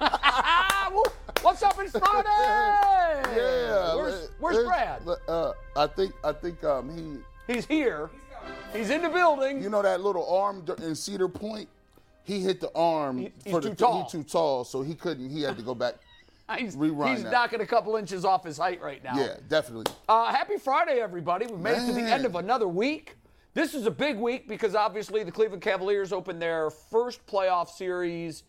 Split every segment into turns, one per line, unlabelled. Ah, woo. What's up? It's Friday.
Yeah.
Where's,
let-
where's
let's-
Brad?
let- Uh, I think I think um, he,
He's here. He's in the building.
you know, that little arm dur- in Cedar Point. He hit the arm.
He- he's
the,
too tall.
He's too tall, so he couldn't. He had to go back.
he's
rerun
he's
that.
knocking a couple inches off his height right now.
Yeah, definitely.
Uh, happy Friday, everybody. We've made it to the
Man.
end of another week. This is a big week because obviously the Cleveland Cavaliers open their first playoff series.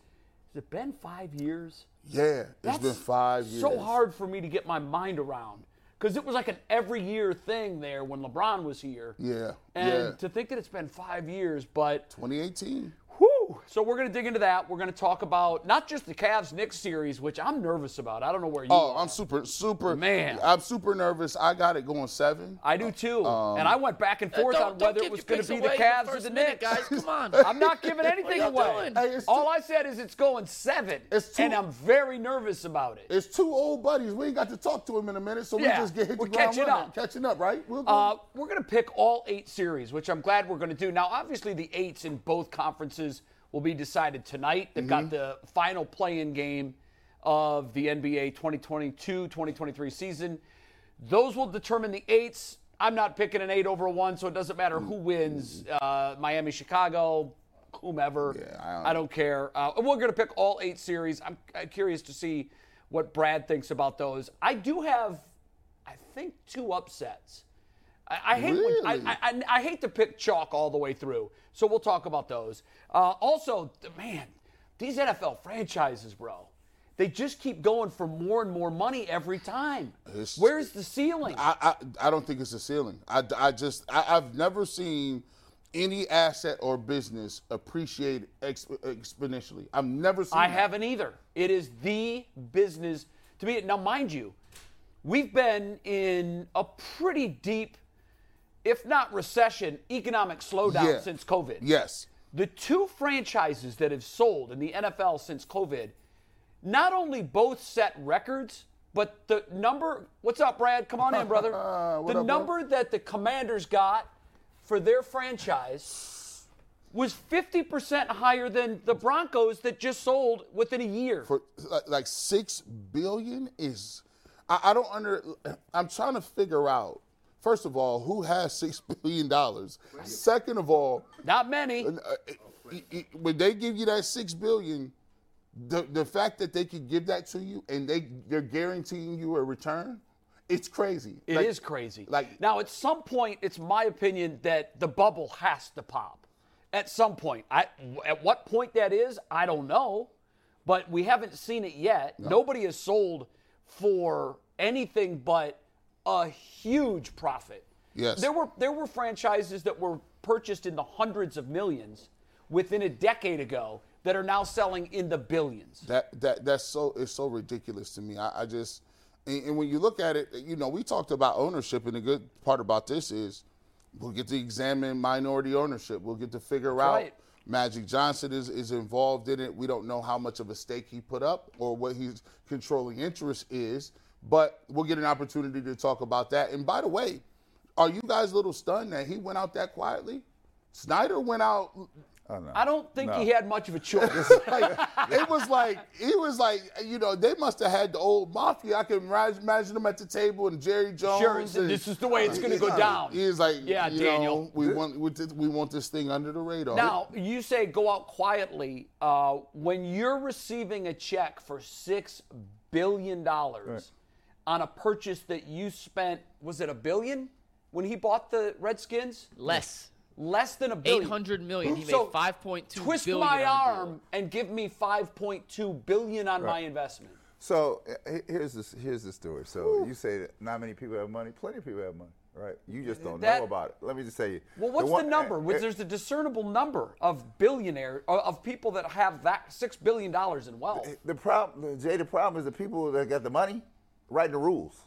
Has it been five years?
Yeah, it's
That's
been five years.
So hard for me to get my mind around because it was like an every year thing there when LeBron was here.
Yeah.
And
yeah.
to think that it's been five years, but
2018.
Whew. So we're going to dig into that. We're going to talk about not just the Cavs Knicks series, which I'm nervous about. I don't know where you.
Oh,
are.
I'm super, super.
Man.
I'm super nervous. I got it going seven.
I do too.
Oh, um,
and I went back and forth
Uh, Don't-
on
don't
whether it
give
was
your
going
picks
to be the
away in
Cavs or
first
the
minute,
Knicks.
guys. Come on.
I'm not giving anything
y'all
away.
doing?
Hey, it's
All
too-
I said is it's going seven,
It's too-
and I'm very nervous about it.
It's two old buddies. We ain't got to talk to him in a minute, so
Yeah,
we just get hit
we're
the ground
catching
running.
up.
Catching up, right? We'll go-
Uh, we're going to pick all eight series, which I'm glad we're going to do. Now, obviously, the eights in both conferences will be decided tonight. They've got the final play in game of the NBA 2022 2023 season. Those will determine the eights. I'm not picking an eight over a one, so it doesn't matter who wins uh, Miami, Chicago, whomever.
Yeah,
I
I
don't,
don't-
care. Uh, and we're going to pick all eight series. I'm, I'm curious to see what Brad thinks about those. I do have, I think, two upsets. I, I hate when- I-
Really?
I, I, I hate to pick chalk all the way through, so we'll talk about those. Uh, also, th- man, these NFL franchises, bro, they just keep going for more and more money every time.
It's-
Where's the ceiling?
I, I I don't think it's a ceiling. I, I just I, I've never seen any asset or business appreciate ex, exponentially. I've never seen.
I
that.
haven't either. It is the business to me. Now, mind you, we've been in a pretty deep, if not recession, economic slowdown
Yeah.
since COVID.
Yes.
The two franchises that have sold in the NFL since COVID not only both set records, but the number, what's up, Brad? Come on in, brother.
What
the
up, bro?
number that the commanders got for their franchise was 50% higher than the Broncos that just sold within a year.
For like, like six billion is. I, I don't under. I'm trying to figure out. First of all, who has six billion dollars? Second of all,
Not many.
uh, it- it- when they give you that six billion, the the fact that they could give that to you and they they're guaranteeing you a return, it's crazy.
It is
Like,
crazy.
like-
now, at some point, it's my opinion that the bubble has to pop. At some point, I at what point that is, I don't know, but we haven't seen it yet. Nobody has sold for anything but a huge profit.
Yes.
there were there were franchises that were purchased in the hundreds of millions within a decade ago that are now selling in the billions.
That that that's so it's so ridiculous to me. I, I just and, and when you look at it, you know, we talked about ownership, and the good part about this is we'll get to examine minority ownership. We'll get to figure out
right.
Magic Johnson is, is involved in it. We don't know how much of a stake he put up or what his controlling interest is, but we'll get an opportunity to talk about that. And by the way, are you guys a little stunned that he went out that quietly? Snyder went out
I don't think he had much of a choice.
like, it was like it was like you know they must have had the old mafia. I can ri- imagine them at the table and Jerry Jones.
Sure, it's-
and-
this is the way it's gonna go down.
He's like,
Yeah,
you
Daniel.
know, we want we, just- we want this thing under the radar.
Now, you say go out quietly. Uh, when you're receiving a check for $6 billion, on a purchase that you spent, was it a billion when he bought the Redskins?
Less.
Less than a billion.
800 million. He made
So,
5.2
Twist
billion
my
on the
arm and give me 5.2 billion on my investment.
So uh, he- here's the here's the story. So you say that not many people have money. Plenty of people have money, right? You just don't
That-
know about it. Let me just tell you.
Well, what's the,
one-
number?
uh,
Was
uh,
There's a discernible number of billionaire uh, of people that have that six billion dollars in wealth.
The problem, Jay. The problem is the people that got the money writing the rules.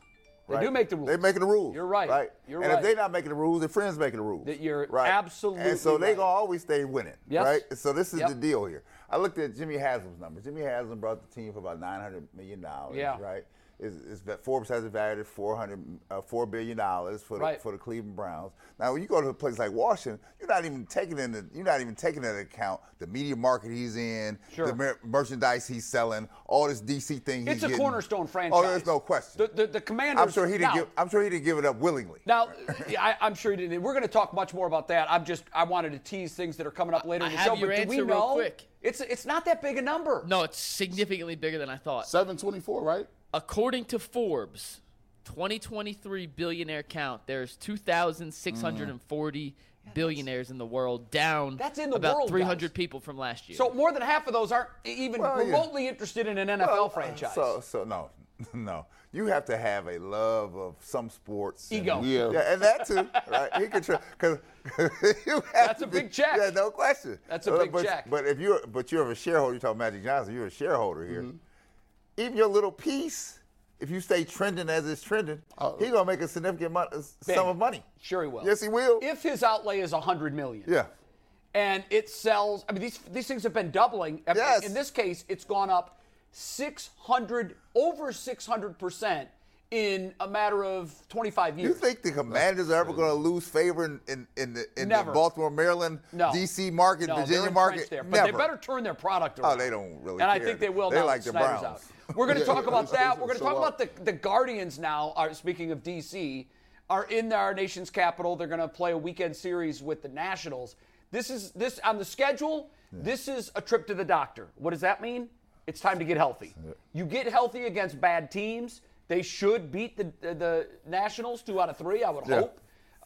They do make the rules.
They're making the rules.
You're right.
Right.
You're
and
right.
if they're not making the rules, their friends making the rules.
That you're
right.
absolutely
And so they
right.
gonna always stay winning.
Yes.
Right. So this is
Yep.
the deal here. I looked at Jimmy Haslam's numbers. Jimmy Haslam brought the team for about 900 million dollars.
Yeah.
Right. Is, is that Forbes has it valued at 400, uh, four billion dollars for the,
Right.
for the Cleveland Browns. Now, when you go to a place like Washington, you're not even taking into you're not even taking into account the media market he's in,
Sure.
the mer- merchandise he's selling, all this DC thing. He's
It's a
getting.
cornerstone franchise.
Oh, there's no question.
The, the, the commanders.
I'm sure he didn't.
now,
Give, I'm sure he didn't give it up willingly.
Now, yeah, I, I'm sure he didn't. We're going to talk much more about that. I'm just, I wanted to tease things that are coming up later
I
in the
have
show.
your
but do we
answer real
know?
quick.
It's, it's not that big a number.
No, it's significantly bigger than I thought.
724, right?
According to Forbes, 2023 billionaire count, there's 2,640 billionaires in the world, down
Mm. That's in the
about
world,
300
guys.
people from last year.
So more than half of those aren't e, even
Well, yeah.
remotely interested in an NFL
Well, uh,
franchise.
So, so no, no. You have to have a love of some sports. and-
Ego.
Yeah.
yeah, and that too, right? He could because
That's a big check.
Yeah, no question.
That's a
Uh,
big
but,
check.
But if you're but you're a shareholder, you talk Magic Johnson. You're a shareholder here. Even your little piece, if you stay trending as it's trending, he's gonna make a significant mon- uh, sum of money.
Sure he will.
Yes, he will.
If his outlay is 100 million.
yeah.
and it sells. I mean, these these things have been doubling. I mean,
Yes.
In this case, it's gone up 600 over 600 percent in a matter of 25 years.
You think the Commanders are ever going to lose favor in, in, in, the, in the
Never.
Baltimore, Maryland,
No.
D.C. market,
No, they're
Virginia
entrenched
market?
There, but
Never. Oh,
they better turn their product around.
they don't really
And I
care.
think they will.
They
now
like
that
the
Snyder's
Browns.
out. We're going to
Yeah,
talk
yeah,
about
these
that.
things
We're going to
are
talk
so
about the the Guardians now. Are speaking of DC, are in our nation's capital. They're going to play a weekend series with the Nationals. This is this on the schedule. This is a trip to the doctor. What does that mean? It's time to get healthy. You get healthy against bad teams. They should beat the the, the Nationals two out of three. I would
Yeah.
hope.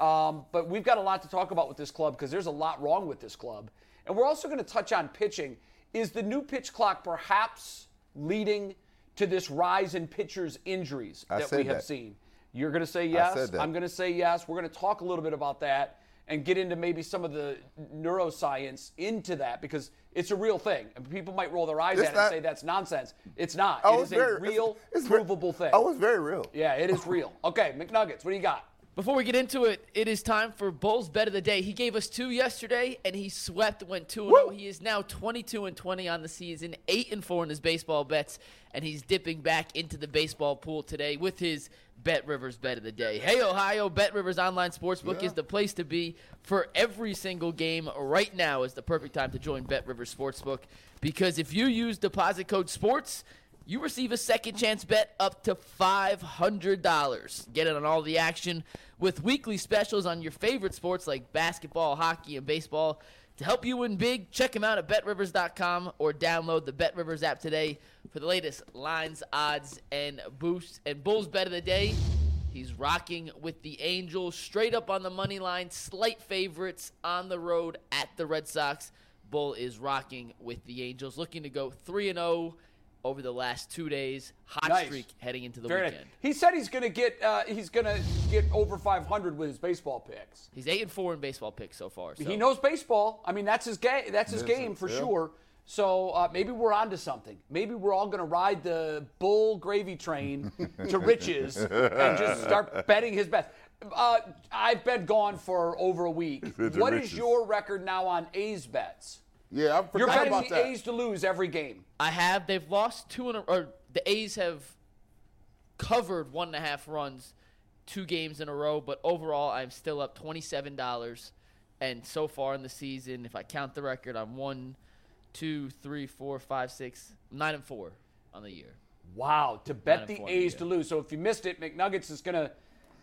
Um, but we've got a lot to talk about with this club because there's a lot wrong with this club. And we're also going to touch on pitching. Is the new pitch clock perhaps leading to this rise in pitchers' injuries
I
that we
said
have
that.
seen? You're going to say yes.
said that.
I'm going to say yes. We're going to talk a little bit about that and get into maybe some of the neuroscience into that because it's a real thing. And people might roll their eyes
It's
at
not-
it and say that's nonsense. It's not. it
Oh,
is
it's very-
a real,
it's- it's very-
provable thing.
Oh, it's very real.
yeah, it is real. Okay, McNuggets, what do you got?
Before we get into it, it is time for Bull's bet of the day. He gave us two yesterday, and he swept, went two and zero. He is now twenty-two and twenty on the season, eight and four in his baseball bets, and he's dipping back into the baseball pool today with his Bet Rivers bet of the day. Hey Ohio, Bet Rivers online sportsbook is the place to be for every single game. Right now is the perfect time to join Bet Rivers sportsbook because if you use deposit code SPORTS. You receive a second chance bet up to $500. Get in on all the action with weekly specials on your favorite sports like basketball, hockey, and baseball. To help you win big, check them out at betrivers.com or download the BetRivers app today for the latest lines, odds, and boosts. And Bulls bet of the day, he's rocking with the Angels straight up on the money line, slight favorites on the road at the Red Sox. Bull is rocking with the Angels, looking to go 3 and 0 over the last two days. Hot
Nice.
streak heading into the
Very nice.
weekend.
He said he's going to get uh, he's going to get over 500 with his baseball picks.
He's eight and four in baseball picks so far. So.
He knows baseball. I mean, that's his game. That's his game for sure. So uh, maybe we're onto something. Maybe we're all going to ride the bull gravy train to riches and just start betting his best. Uh, I've been gone for over a week.
Riches.
What is your record now on A's bets?
Yeah, I forgot
You're betting
about
the
that.
A's to lose every game.
I have. They've lost two in a, or the A's have covered one and a half runs, two games in a row. But overall, I'm still up twenty seven dollars, and so far in the season, if I count the record, I'm one, two, three, four, five, six, nine and four on the year.
Wow, to bet
and
the
four,
A's
yeah.
to lose. So if you missed it, McNuggets is going to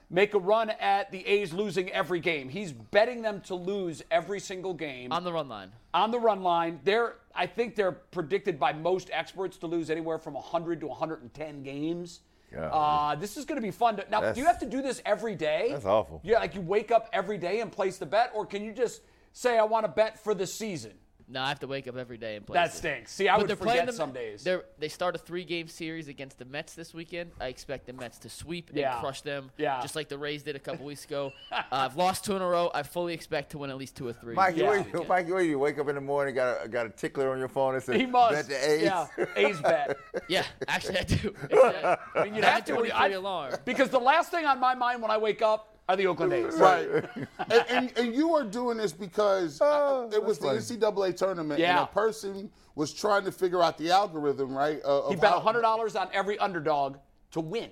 make a run at the A's losing every game. He's betting them to lose every single game
On the run line.
on the run line. They're I think they're predicted by most experts to lose anywhere from 100 to 110 games. Uh, this is going to be fun. To, now,
That's-
do you have to do this every day?
That's awful.
Yeah, like you wake up every day and place the bet, or can you just say, I want to bet for the season?
No, I have to wake up every day and play.
That
this.
stinks. See, I
But
would
they're
forget
playing the,
some days.
They're, they start a three-game series against the Mets this weekend. I expect the Mets to sweep
Yeah.
and crush them,
Yeah.
just like the Rays did a couple weeks ago. Uh, I've lost two in a row. I fully expect to win at least two or three.
Mikey,
Yeah.
what you, Mikey, what you wake up in the morning, got a, got a tickler on your phone that says,
He must.
bet the A's.
Yeah, A's bet.
Yeah, actually, I do. uh, I mean,
you'd
I
have to when you- I-
alarm.
Because the last thing on my mind when I wake up are the Oakland A's.
Right. and, and, and you are doing this because
Oh,
uh, it was the NCAA tournament,
Yeah.
and a person was trying to figure out the algorithm, right? Uh,
He
of
bet
how-
$100 on every underdog to win.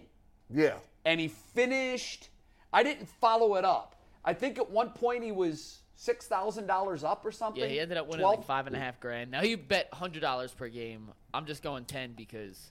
Yeah.
and he finished. I didn't follow it up. I think at one point he was six thousand dollars up or something.
Yeah, he ended up winning
12?
like five and a half grand. Now you bet hundred dollars per game. I'm just going ten because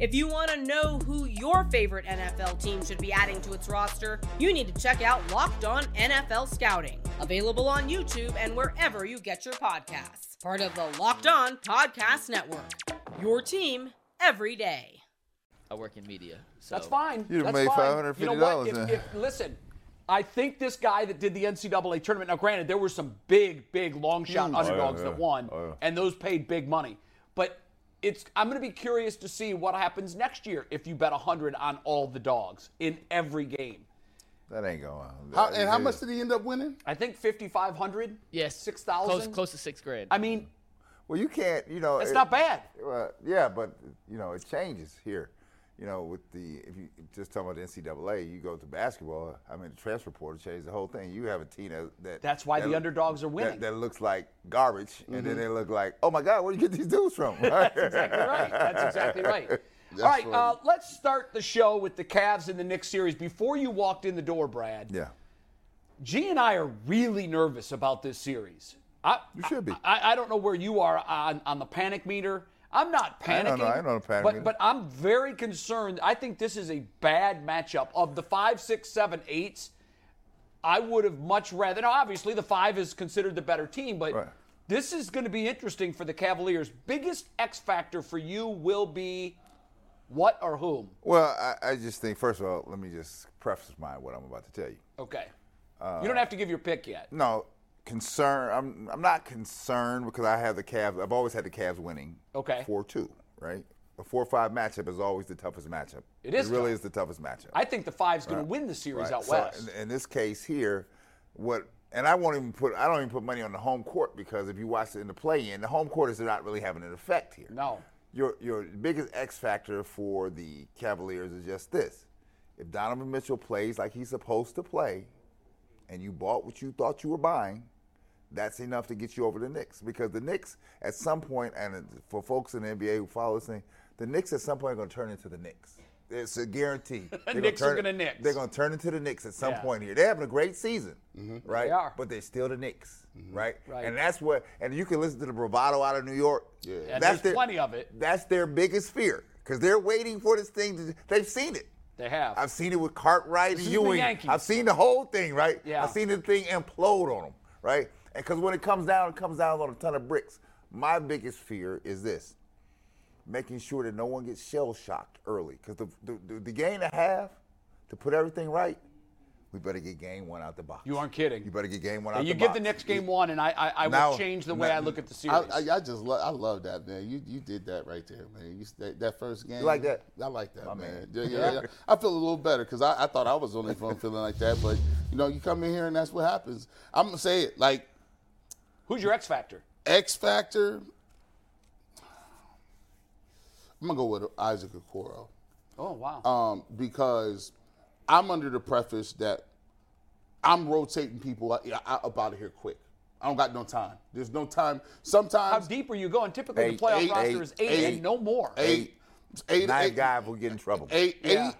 If you want to know who your favorite NFL team should be adding to its roster, you need to check out Locked On NFL Scouting, available on YouTube and wherever you get your podcasts. Part of the Locked On Podcast Network. Your team every day.
I work in media. So
That's fine.
You'd have
That's
made
fine.
$550
You know what? If-
then.
if- listen, I think this guy that did the NCAA tournament. Now, granted, there were some big, big long shot underdogs
Hmm. Oh, yeah.
that won,
Oh, yeah.
and those paid big money. But it's I'm going to be curious to see what happens next year if you bet hundred on all the dogs in every game.
That ain't going on.
How, and how much did he end up winning?
I think 5,500.
yes,
six
Close,
thousand.
close to six grand.
I mean,
Well, you can't, you know.
that's
it-
not bad.
Well, yeah, but you know it changes here. You know, with the if you just talking about the NCAA, you go to basketball. I mean, the transfer portal changed the whole thing. You have a team that, that
That's why
that-
the underdogs are
that-
winning. Mm-hmm.
That, looks like garbage, and then they look like, oh my God, where do you get these dudes from? That's
exactly right. That's exactly right. All right, uh, let's start the show with the Cavs and the Knicks series. Before you walked in the door, Brad,
Yeah,
G and I are really nervous about this series. I,
You should be.
I, I don't know where you are on, on the panic meter. I'm not panicking.
I don't know. I don't know the panic
but,
meter.
But I'm very concerned. I think this is a bad matchup. Of the five, six, seven, eights, I would have much rather. Now, obviously, the five is considered the better team, but
Right.
this is going to be interesting for the Cavaliers. Biggest X factor for you will be what or whom?
Well, I, I just think first of all, let me just preface mine what I'm about to tell you.
Okay. you don't
Uh,
have to give your pick yet.
No concern. I'm I'm not concerned because I have the Cavs. I've always had the Cavs winning.
Okay.
Four two, right? A four five matchup is always the toughest matchup.
It is
It really
tough.
is the toughest matchup.
I think the five's going to win the series
Right.
out
So,
west.
in, in this case here, what and I won't even put I don't even put money on the home court because if you watch it in the play in, the home court is not really having an effect here.
No.
Your your biggest X factor for the Cavaliers is just this. If Donovan Mitchell plays like he's supposed to play, and you bought what you thought you were buying, that's enough to get you over the Knicks. Because the Knicks, at some point, and it- for folks in the NBA who follow this thing, the Knicks at some point are going to turn into the Knicks. It's a guarantee. They're gonna
Knicks are
turn-
gonna Knicks.
They're going to turn into the Knicks at some
Yeah. Mm-hmm.
point here. They're having a great season, right?
They are. Mm-hmm.
But they're still the Knicks, right?
Right.
And that's what. And you can listen to the bravado out of New York. Yeah.
there's plenty of it.
That's their biggest fear because they're waiting for this thing. To, they've seen it.
They have.
I've seen it with Cartwright and
is the
Ewing.
Yankees.
I've seen the whole thing, right?
Yeah.
I've seen the thing implode on them, right? And because when it comes down, it comes down on a ton of bricks. My biggest fear is this making sure that no one gets shell shocked early. Because the, the, the, the game to have, to put everything right, we better get game one out the box.
You aren't kidding.
You better get game one out
you
the
give
box.
the next game one, and I, I, I
Now-
will change the way
now-
I look at the series.
I, I, I just love, I love that man. You you did that right there, man. You that, that first game.
You like that?
I like that,
My
man.
man.
Yeah, yeah, yeah. I feel a little better because I, I thought I was only from feeling like that, but you know, you come in here and that's what happens. I'm gonna say it like
Who's your X factor?
X Factor. I'm gonna go with Isaac Okoro
Oh wow.
um, because I'm under the preface that I'm rotating people out, out, up out of here quick. I don't got no time. There's no time.
How
Sometimes
deep are you going? Typically,
Eight,
the playoff
eight,
roster
eight,
is eight,
eight,
and no more.
eight, eight,
Nine
eight-
guys will get in trouble.
eight,
Yeah.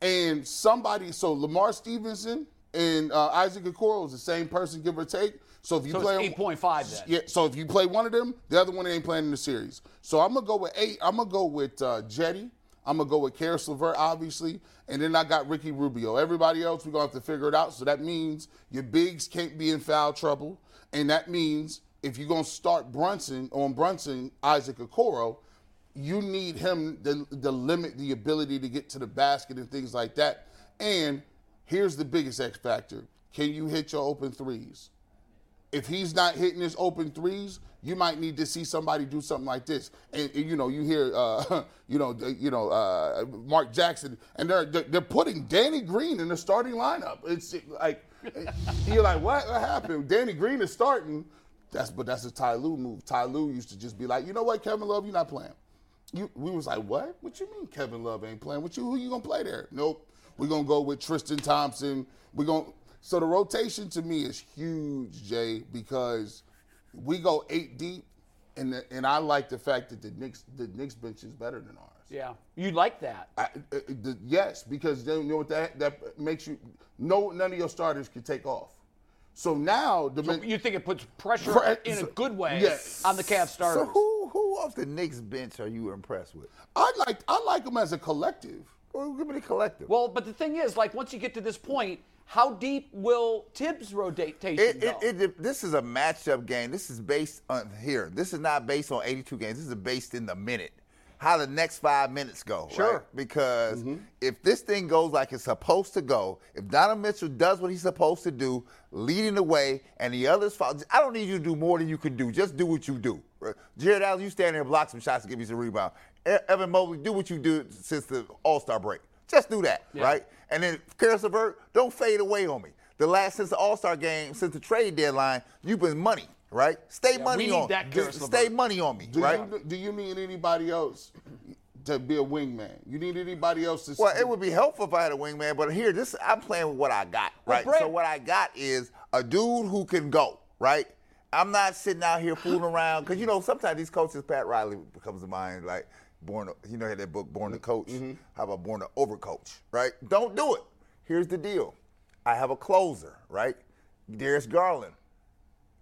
eight, and somebody. So Lamar Stevenson and uh, Isaac Okoro is the same person, give or take. So if you
So it's
play
8.5 then.
yeah. So if you play one of them, the other one ain't playing in the series. So I'm gonna go with eight. I'm gonna go with uh, Jetty. I'm gonna go with Karis LeVert, obviously, and then I got Ricky Rubio. Everybody else, we're gonna have to figure it out. So that means your bigs can't be in foul trouble, and that means if you're gonna start Brunson on Brunson, Isaac Okoro, you need him to, to limit the ability to get to the basket and things like that. And here's the biggest X factor: can you hit your open threes? if he's not hitting his open threes, you might need to see somebody do something like this. And, and, you know, you hear, uh, you know, the- you know, uh, Mark Jackson, and they're they're they're putting Danny Green in the starting lineup. It's like you're like, what, what happened? Danny Green is starting. That's but that's a Ty Lue move. Ty Lue used to just be like, you know what, Kevin Love, you're not playing. You, we was like, what? What you mean Kevin Love ain't playing? What you? Who you gonna play there? Nope. We're gonna go with Tristan Thompson. We're gonna. So the rotation to me is huge, Jay, because we go eight deep, and the, and I like the fact that the Knicks the Knicks bench is better than ours.
Yeah, you like that.
I, uh, the, yes, because then you know what that that makes you no none of your starters can take off. So now the men-
You think it puts pressure
Pre-
in a good way
Yes.
on the Cavs starters?
So who who off the Knicks bench are you impressed with?
I like I like them as a collective.
Well, give me the collective.
Well, but the thing is, like, once you get to this point, how deep will Tibbs' rotation
It,
go?
it, it, this is a matchup game. This is based on here. This is not based on 82 games. This is based in the minute. How the next five minutes go.
Sure.
right? Because
Mm-hmm.
if this thing goes like it's supposed to go, if Donovan Mitchell does what he's supposed to do, leading the way, and the others follow, I don't need you to do more than you can do. Just do what you do. right? Jared Allen, you stand there and block some shots and give me some rebound. E- Evan Mobley, do what you do since the All Star break. Just do that, right? And then Karis LeVert, don't fade away on me. The last since the All Star game, since the trade deadline, you've been money, right? Stay money
need
on.
that
Do-
Caris
Stay
LeVert.
money on me,
Do
right?
you do you need anybody else to be a wingman? You need anybody else to
Well, it would be helpful if I had a wingman, but here, this I'm playing with what I got,
Well,
right?
Brett-
so what I got is a dude who can go, right? I'm not sitting out here fooling around because you know sometimes these coaches, Pat Riley comes to mind like born, to- you know, had that book Born
Mm-hmm.
to Coach. How about Born to Overcoach, right? Don't do it. Here's the deal: I have a closer, right? Darius Garland.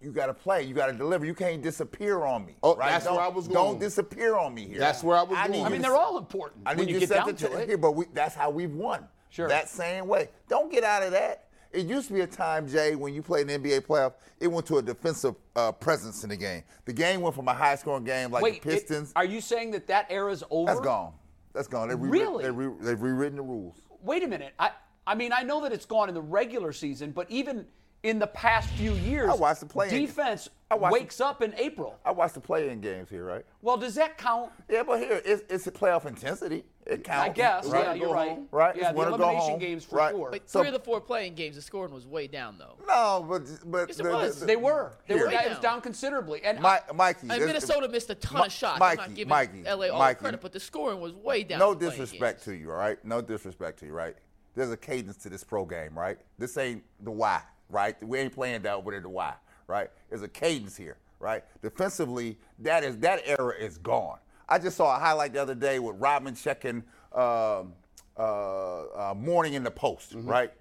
You got to play. You got to deliver. You can't disappear on me.
Oh,
right?
that's
don't,
where I was
Don't
going.
disappear on me here.
That's where I was
need
going.
you
I mean,
to
they're
sit-
all important
I
when
need
you
you
get
to set
down
the
to
tone
it.
here, but we, that's how we've won.
Sure.
That same way. Don't get out of that. It used to be a time, Jay, when you played an NBA playoff, it went to a defensive uh, presence in the game. The game went from a high scoring game like
Wait,
the
it-
Pistons.
are you saying that that era's over?
that's gone. That's gone. They
Really?
They re- they've rewritten the rules.
Wait a minute. I, I mean, I know that it's gone in the regular season, but even in the past few years,
I watched the play-in game.
defense
I watched
wakes up in April.
I watched the play in games here, right?
Well, does that count?
Yeah, but here, it's, it's a playoff intensity. It counts.
I guess.
Right?
Yeah, you're right.
Right?
Yeah,
It's
the
winner, go
elimination
home.
games for
Right.
sure.
But
So-
three of the four playing games, the scoring was way down though.
No, but. but
Yes, it was.
They were. They were.
Here.
It was down considerably. And
Mi- Mikey.
And
this-
Minnesota missed a ton
Mi-
of shots. I'm
Mikey,
not giving
Mikey,
LA all
Mikey.
the credit, but the scoring was way down.
No
in the playing
disrespect
games.
to you, all right? No disrespect to you, right? There's a cadence to this pro game, right? This ain't the why, right? We ain't playing down with the why, right? There's a cadence here, right? Defensively, that is that era is gone. I just saw a highlight the other day with Robin checking um, uh, uh, morning in the post, right?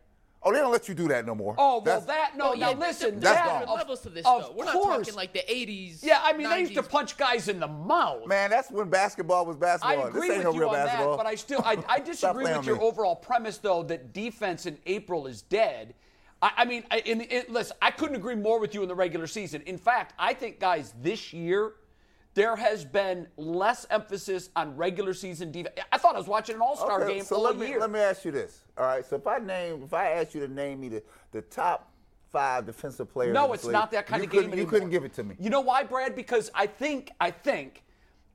Oh, they don't let you do that no more.
Mm-hmm. Oh, well,
That's-
that, no.
Oh, yeah,
now, listen,
there
that's
that,
are
gone.
different
of-
levels to this
of
though. We're not
course.
talking like the 80s.
Yeah, I mean, they used to
90s.
punch guys in the mouth.
man, that's when basketball was
I
basketball.
agree
this
with
ain't
you
no real
on
basketball.
that, but I still I, I disagree
playing
with your
me.
overall premise though that defense in April is dead. I, I mean, I, in, in, listen, I couldn't agree more with you in the regular season. In fact, I think guys, this year there has been less emphasis on regular season defense. I thought I was watching an All Star
Okay,
game
so
all
let me
year.
let me ask you this. All right, so if I name if I asked you to name me the, the top five defensive players, in
No,
this
it's
league,
not that kind
you
of game
couldn't- You
anymore.
couldn't give it to me.
You know why, Brad? Because I think I think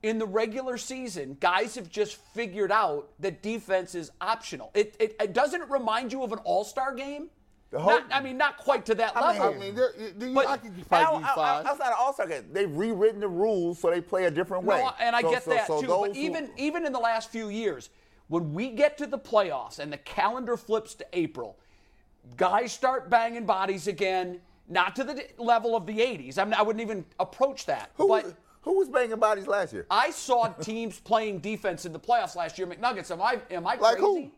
in the regular season, guys have just figured out that defense is optional. It it, it doesn't it remind you of an All Star game.
whole-
Not- I mean, not quite to that
I mean-
level.
I mean, there, you- you-
But
I could
I
probably
don't-
do
I- I-
five.
outside of All Star game, they've rewritten the rules so they play a different way.
No, and I
So-
get
so-
that
so
too.
those
But
who-
even even in the last few years, when we get to the playoffs and the calendar flips to April, guys start banging bodies again. Not to the d- level of the '80s. I mean, I wouldn't even approach that.
who,
but
was- who was banging bodies last year?
I saw teams playing defense in the playoffs last year. McNuggets, am I am I
Like
crazy?
who?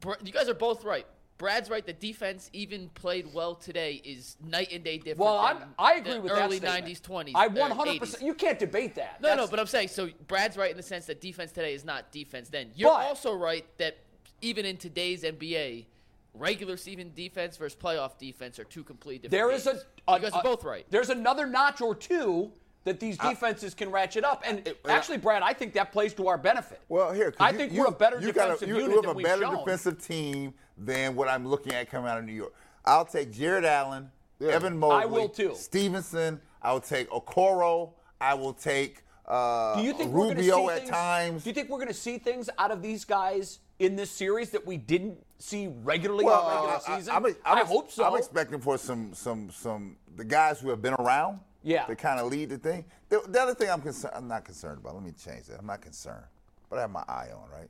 Br- You guys are both right. Brad's right. The defense, even played well today, is night and day different.
Well,
than
I'm, I agree
the
with
early
that
'90s,
statement.
'20s.
I
or
100%.
80s.
You can't debate that.
No, no,
That's-
but I'm saying so. Brad's right in the sense that defense today is not defense then. You're
But-
also right that even in today's NBA, regular season defense versus playoff defense are two completely different.
There is a,
games.
a-
you guys
a-
are both right.
There's another notch or two that these defenses can ratchet up, and actually, Brad, I think that plays to our benefit.
uh, Well, here, 'cause
I
you-
think
you-
we're a better
you got
defensive
you,
unit
You have
than
a
we've
better
shown.
defensive team than what I'm looking at coming out of New York. I'll take Jared Allen, Evan Mobley,
I will too.
Stevenson. I will take Okoro. I will take uh,
Do you think we're gonna
Rubio
see
at
things,
times.
Do you think we're going to see things out of these guys in this series that we didn't see regularly
Well,
all regular
I- I-
season?
I'm- I'm-
I hope so.
I'm expecting for some some some the guys who have been around.
Yeah.
To kind of lead the thing. The, the other thing I'm concerned, I'm not concerned about. Let me change that. I'm not concerned, but I have my eye on right,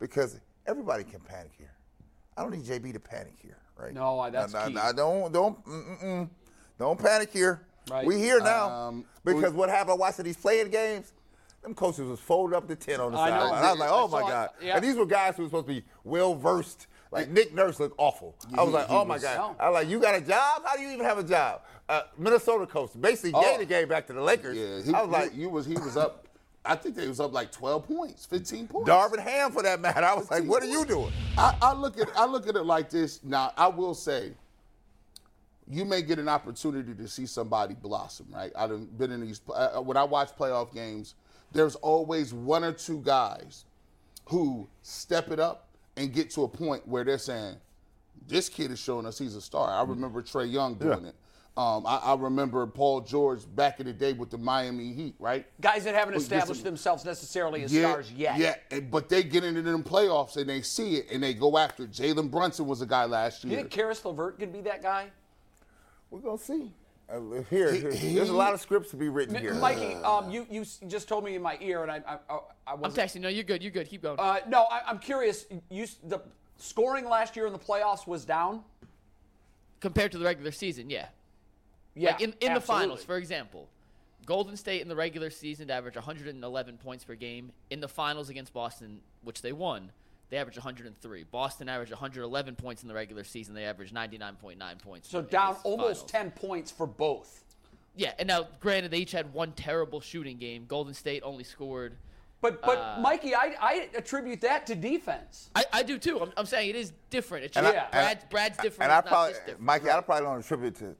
because everybody can panic here. I don't need JB to panic here, right?
No, I- that's
I,
key.
don't don't mm, mm, mm. don't panic here.
Right.
We here now
Um,
because what happened watching these playing games. Them coaches was folded up to ten on the
I know.
sideline. I was like,
I saw
oh my
it.
god!
Yeah.
And these were guys who were supposed to be well versed. Like Nick Nurse looked awful. I was like, oh my god!
No.
I was like, you got a job? How do you even have a job? Uh, Minnesota coach basically Oh. gave the game back to the Lakers.
Yeah, he,
I was like,
he, was he was up. I think they was up like 12 points, 15 points.
Darvin Ham for that matter. I was like, what are you doing?
I, I look at I look at it like this. Now I will say, you may get an opportunity to see somebody blossom. Right? I've been in these uh, when I watch playoff games. There's always one or two guys who step it up and get to a point where they're saying, "This kid is showing us he's a star." I
Mm.
remember Trey Young doing it. Um, I, I remember Paul George back in the day with the Miami Heat. Right?
guys that haven't
Well, listen-
established themselves necessarily as stars yet.
Yeah, and- but they get into them playoffs and they see it and they go after. it. Jalen Brunson was a guy last
Do you
year.
think Karis LeVert could be that guy?
We're gonna see. Uh, here, here. there's a lot of scripts to be written here.
Mikey, um, you, you s- just told me in my ear, and I, I, I, I
I'm
was
texting. No, you're good. You're good. Keep going.
Uh, no, I, I'm curious. You, s- the scoring last year in the playoffs was down.
Compared to the regular season, yeah.
Yeah,
Like in, in the finals,
absolutely.
for example, Golden State in the regular season averaged 111 points per game. In the finals against Boston, which they won, they averaged 103. Boston averaged 111 points in the regular season. They averaged 99.9 points.
So
in this
down almost
finals.
10 points for both.
Yeah, and now granted, they each had one terrible shooting game. Golden State only scored.
But but
Uh,
Mikey, I, I attribute that to defense.
I, I do too. I'm, I'm saying it is different. It's
And
just
I- and
Brad's, Brad's different.
And I
it's not
probably,
this different.
Mikey, I probably don't attribute to.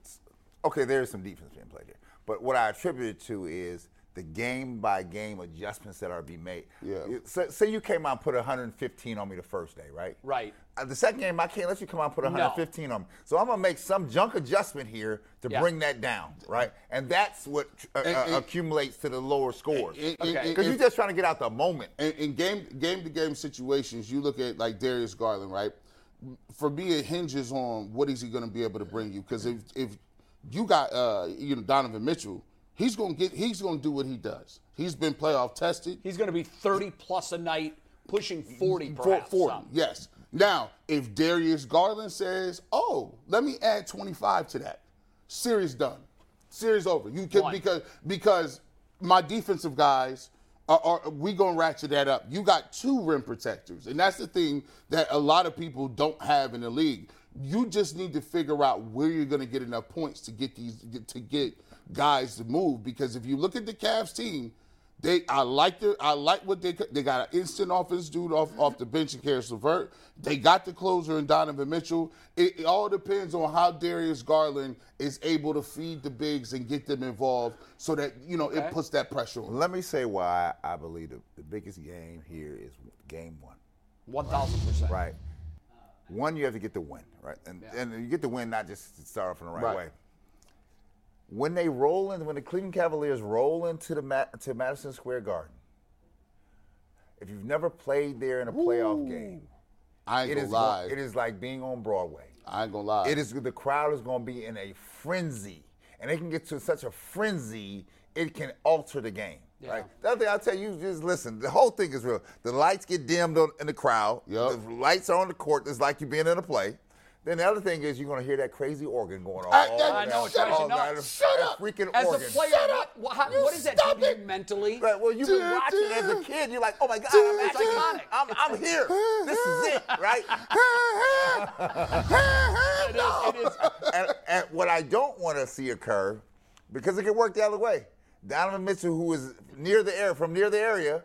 Okay, there is some defense being played here, but what I attribute it to is the game by game adjustments that are being made.
Yeah.
You- Say, say you came out and put 115 on me the first day, right?
Right.
Uh, The second game, I can't let you come out and put 115 on me. So I'm gonna make some junk adjustment here to
Yeah.
bring that down, right? And that's what uh,
and-
uh, accumulates to the lower scores.
And- and-
Okay.
and-
Because you're just trying to get out the moment.
in, in game game to game situations, you look at like Darius Garland, right? For me, it hinges on what is he going to be able to bring you. Because if if you got uh, you know Donovan Mitchell, he's going to get he's going to do what he does. He's been playoff tested.
He's going to be 30 plus a night, pushing 40
For-
perhaps.
40,
some.
yes. Now, if Darius Garland says, "Oh, let me add 25 to that," series done, series over. You can
One.
because because my defensive guys are, are we gonna ratchet that up. You got two rim protectors, and that's the thing that a lot of people don't have in the league. You just need to figure out where you're gonna get enough points to get these to get guys to move. Because if you look at the Cavs team, they, I like their, I like what they could- they got an instant offense dude off off the bench and Karis LeVert. They got the closer in Donovan Mitchell. It, it all depends on how Darius Garland is able to feed the bigs and get them involved, so that you know it puts that pressure on. them.
Let me say why I believe the, the biggest game here is game one.
1,000%.
right? One, you have to get the win, right? And and you get the win not just to start off in the right,
Right.
way. When they roll in, when the Cleveland Cavaliers roll into the Ma- to Madison Square Garden, if you've never played there in a playoff game,
I ain't
it
gonna
is
lie.
it is like being on Broadway.
I ain't gonna lie.
It is the crowd is going to be in a frenzy, and they can get to such a frenzy it can alter the game. Right. The other thing I'll tell you, just listen. The whole thing is real. The lights get dimmed on, in the crowd.
Yup.
The lights are on the court. It's like you being in a play. Then the other thing is you're gonna hear that crazy organ going on.
I-
all
that-
I know, it
night,
drives you
all night.
nuts.
Uh, Shut
That
up.
Freaking
As
organ.
a player, what,
Shut up.
what, how,
You
what does that do
stop
to you
it.
mentally?
Right. Well, you've
Dude,
been watching as a
dude.
kid. You're like, oh my God,
Dude,
I'm actually,
dude.
I'm, I'm here. This is it, right?
It is- it is-
and, and what I don't want to see occur, because it could work the other way. Donovan Mitchell, who is near the air from near the area,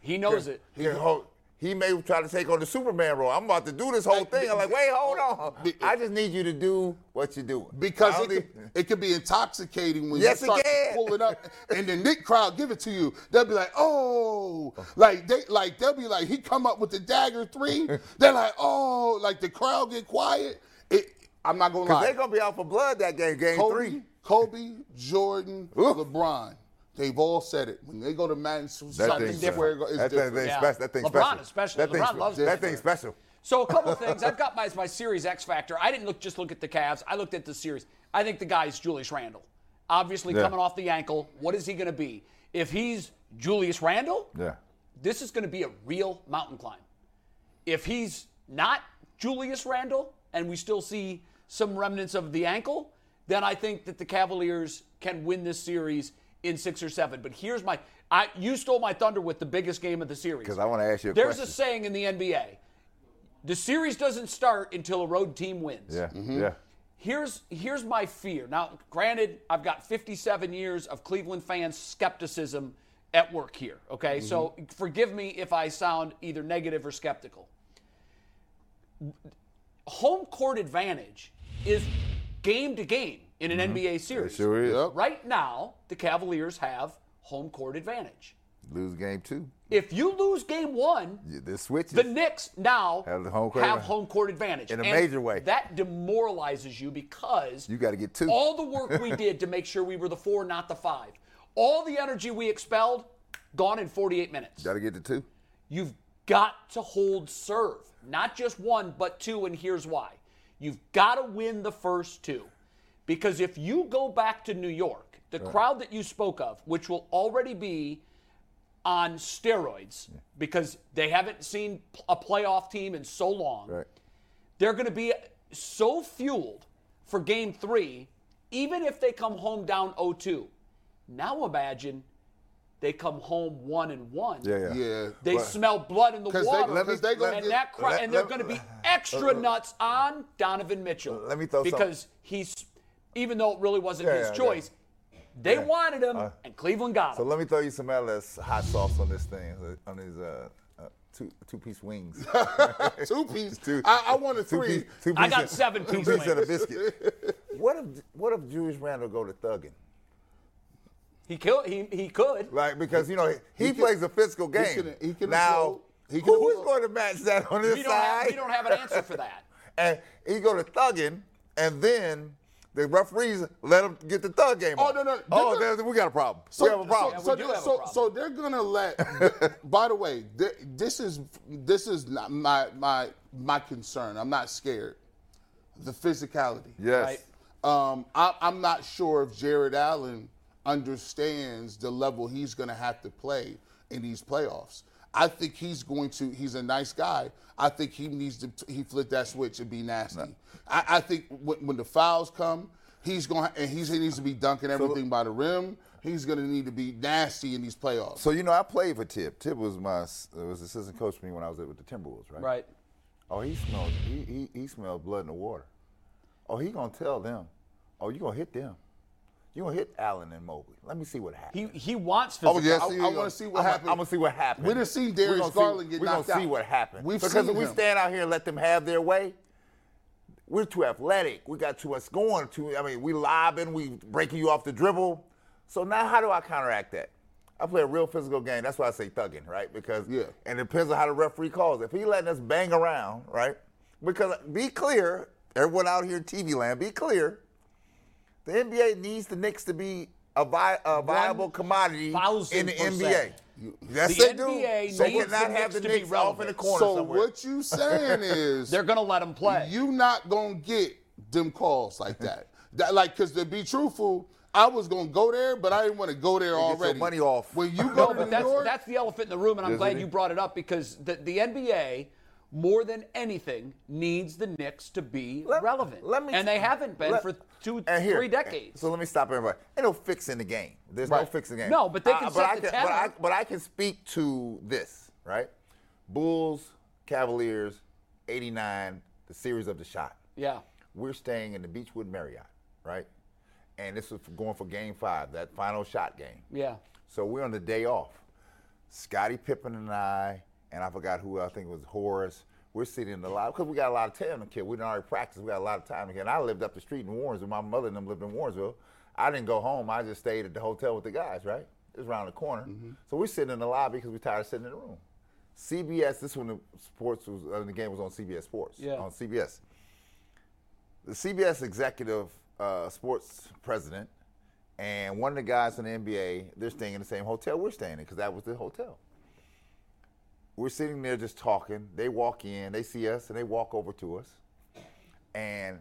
he knows it.
he, can hold- he may try to take on the Superman role. I'm about to do this whole thing. I'm like, wait, hold on. I just need you to do what you're doing. I
Because it
don't
could,
need-
it could be intoxicating when
Yes, it
you start
can.
pulling up, and the Nick crowd give it to you. They'll be like, "Oh," like they like they'll be like, "He come up with the dagger three. They're like, "Oh," like the crowd get quiet. It, I'm not gonna
'cause
lie.
they're gonna be out for blood that game, game
Kobe,
three.
Kobe, Jordan, LeBron. They've all said it. When they go to Madison Something
thing's
Square,
different.
it's
That thing-
different.
thing's
Yeah.
special. That thing's
LeBron
special.
is special.
That
LeBron
thing's,
loves
that
different.
thing's special.
So a couple of things. I've got my my series X factor. I didn't look just look at the Cavs. I looked at the series. I think the guy's Julius Randle. Obviously
Yeah.
coming off the ankle, what is he going to be? If he's Julius Randle, this is going to be a real mountain climb. If he's not Julius Randle and we still see some remnants of the ankle, then I think that the Cavaliers can win this series in six or seven. But here's my I you stole my thunder with the biggest game of the series.
'Cause I wanna ask you a
There's
question.
a saying in the NBA. The series doesn't start until a road team wins
Yeah.
here's here's my fear. Now, granted, I've got 57 years of Cleveland fans skepticism at work here. Okay, so
Mm-hmm.
forgive me if I sound either negative or skeptical. Home court advantage is game to game in an NBA series.
Mm-hmm. Sure is.
Right now, the Cavaliers have home court advantage.
Lose game two.
If you lose game one,
Yeah, This switches.
the Knicks now
Have the home court
have
advantage.
home court advantage
In a
And
major way.
That demoralizes you because
you got to get two.
all the work we did to make sure we were the four, not the five, all the energy we expelled, gone in 48 minutes.
got to get the two.
You've got to hold serve, not just one, but two, and here's why. You've got to win the first two. Because if you go back to New York, the crowd that you spoke of, which will already be on steroids because they haven't seen a playoff team in so long,
Right.
they're going to be so fueled for game three, even if they come home down 0 2. Now imagine they come home 1 and 1.
Yeah, yeah.
Yeah.
They smell blood in the
'Cause they-
water,
let me- they gonna
and
get-
that cry,
let-
and they're
let- Uh,
going to be extra nuts on Donovan Mitchell.
Let me throw something.
because he's, even though it really wasn't
Yeah,
his
yeah, Uh.
choice, they wanted him, and Cleveland got
So
him.
let me throw you some LS hot sauce on this thing, on these uh, uh, two two piece wings.
Two piece.
Two-
I, I want a three.
piece- two
I got
piece-
seven
two
piece
piece and
wings.
a biscuit. What if what if Julius Randle go to thugging?
He killed. He he could.
Like because you know he,
He can-
plays a physical
he
game.
can- he can
now
absorb- he can
who is
absorb.
going to match that on this
We don't,
side?
have, we don't have an answer for that.
and he go to thugging, and then the referees let him get the thug game.
Oh,
on.
no, no, they're
Oh,
gonna-
there's- we got a problem. we have a problem.
Yeah,
So,
we do have a
so-
problem.
so they're gonna let. by the way, th- this is this is not my my my concern. I'm not scared. The physicality.
yes.
Right.
Um, I, I'm not sure if Jared Allen understands the level he's going to have to play in these playoffs. I think he's going to. He's a nice guy. I think he needs to. He flipped that switch and be nasty. I, I think when, when the fouls come, he's going to and he's, he needs to be dunking everything by the rim. He's going to need to be nasty in these playoffs.
So you know, I played for Tip. Tip was my s- uh, was assistant coach for me when I was with the Timberwolves, right?
Right.
Oh, he smelled he he, he smelled blood in the water. Oh, he gonna tell them. Oh, you gonna hit them. You gonna hit Allen and Mobley. Let me see what
He
happens.
he wants
Oh
physical.
yes,
I- I wanna see what happened.
I'm gonna see what happened.
We done seen Darius
We gonna see-
Garland get
we gonna
knocked
see
out.
what happened.
We've
because
seen
if we
him.
stand out here and let them have their way, we're too athletic. We got too much going. Too. I mean, we lobbing. We breaking you off the dribble. So now, how do I counteract that? I play a real physical game. That's why I say thugging, right? Because
Yeah.
and it depends on how the referee calls. If he letting us bang around, right? Because be clear, everyone out here in TV land, be clear. The NBA needs the Knicks to be a, vi- a viable commodity in the
1000%.
NBA. That's
The
it, dude.
NBA
so
needs
we're not
the Knicks
having
to
the
be
Knicks off in the
relevant.
corner
So
somewhere.
what you saying is
They're going to let him play.
you not gonna get them calls like that. that like, cause to be truthful, I was gonna go there, but I didn't want to go there
your
already.
money off.
When you
no,
go to
but
New
that's
York,
that's the elephant in the room, and I'm
Isn't
glad
it?
you brought it up because the the NBA more than anything, needs the Knicks to be relevant.
let me-
and they haven't been
let-
for two,
and here-
three decades.
So let me stop everybody. Ain't no fixing the game. There's no
Right.
fixing the game.
No, but they can set
I
the
but, I,
tone.
but I can speak to this, right? Bulls, Cavaliers, 89, the series of the shot.
yeah.
We're staying in the Beachwood Marriott, right? And this is going for game five, that final shot game.
Yeah.
So we're on the day off. Scottie Pippen and I, and I forgot who I think it was Horace. We're sitting in the lobby because we got a lot of time to kill. We didn't already practice. We got a lot of time to kill. And I lived up the street in Warrensville. My mother and them lived in Warrensville. I didn't go home. I just stayed at the hotel with the guys. Right, it's around the corner. So we're sitting in the lobby because we're tired of sitting in the room. CBS. This when the sports was uh, the game was on CBS Sports.
Yeah.
On CBS. The CBS executive uh, sports president and one of the guys from the NBA, they're staying in the same hotel we're staying in because that was the hotel. We're sitting there just talking. They walk in, they see us, and they walk over to us. And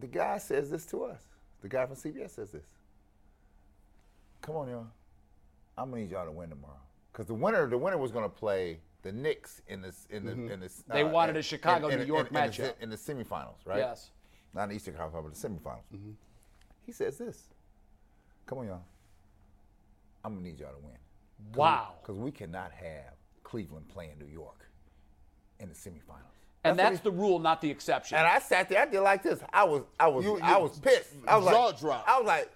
the guy says this to us. The guy from CBS says this. Come on, y'all. I'm gonna need y'all to win tomorrow because the winner, the winner was gonna play the Knicks in this in the in this.
Mm-hmm. They wanted a Chicago-New York
in, the-
matchup.
in the semifinals, right?
Yes.
Not in the Eastern Conference, but the semifinals. He says this. Come on, y'all. I'm gonna need y'all to win
Wow.
because we cannot have Cleveland playing New York in the semifinals.
And
what
that's the rule, not the exception.
And I sat there. I did like this. I was, I was,
You-
I
you-
was pissed. I was
jaw
like,
dropped.
I was like,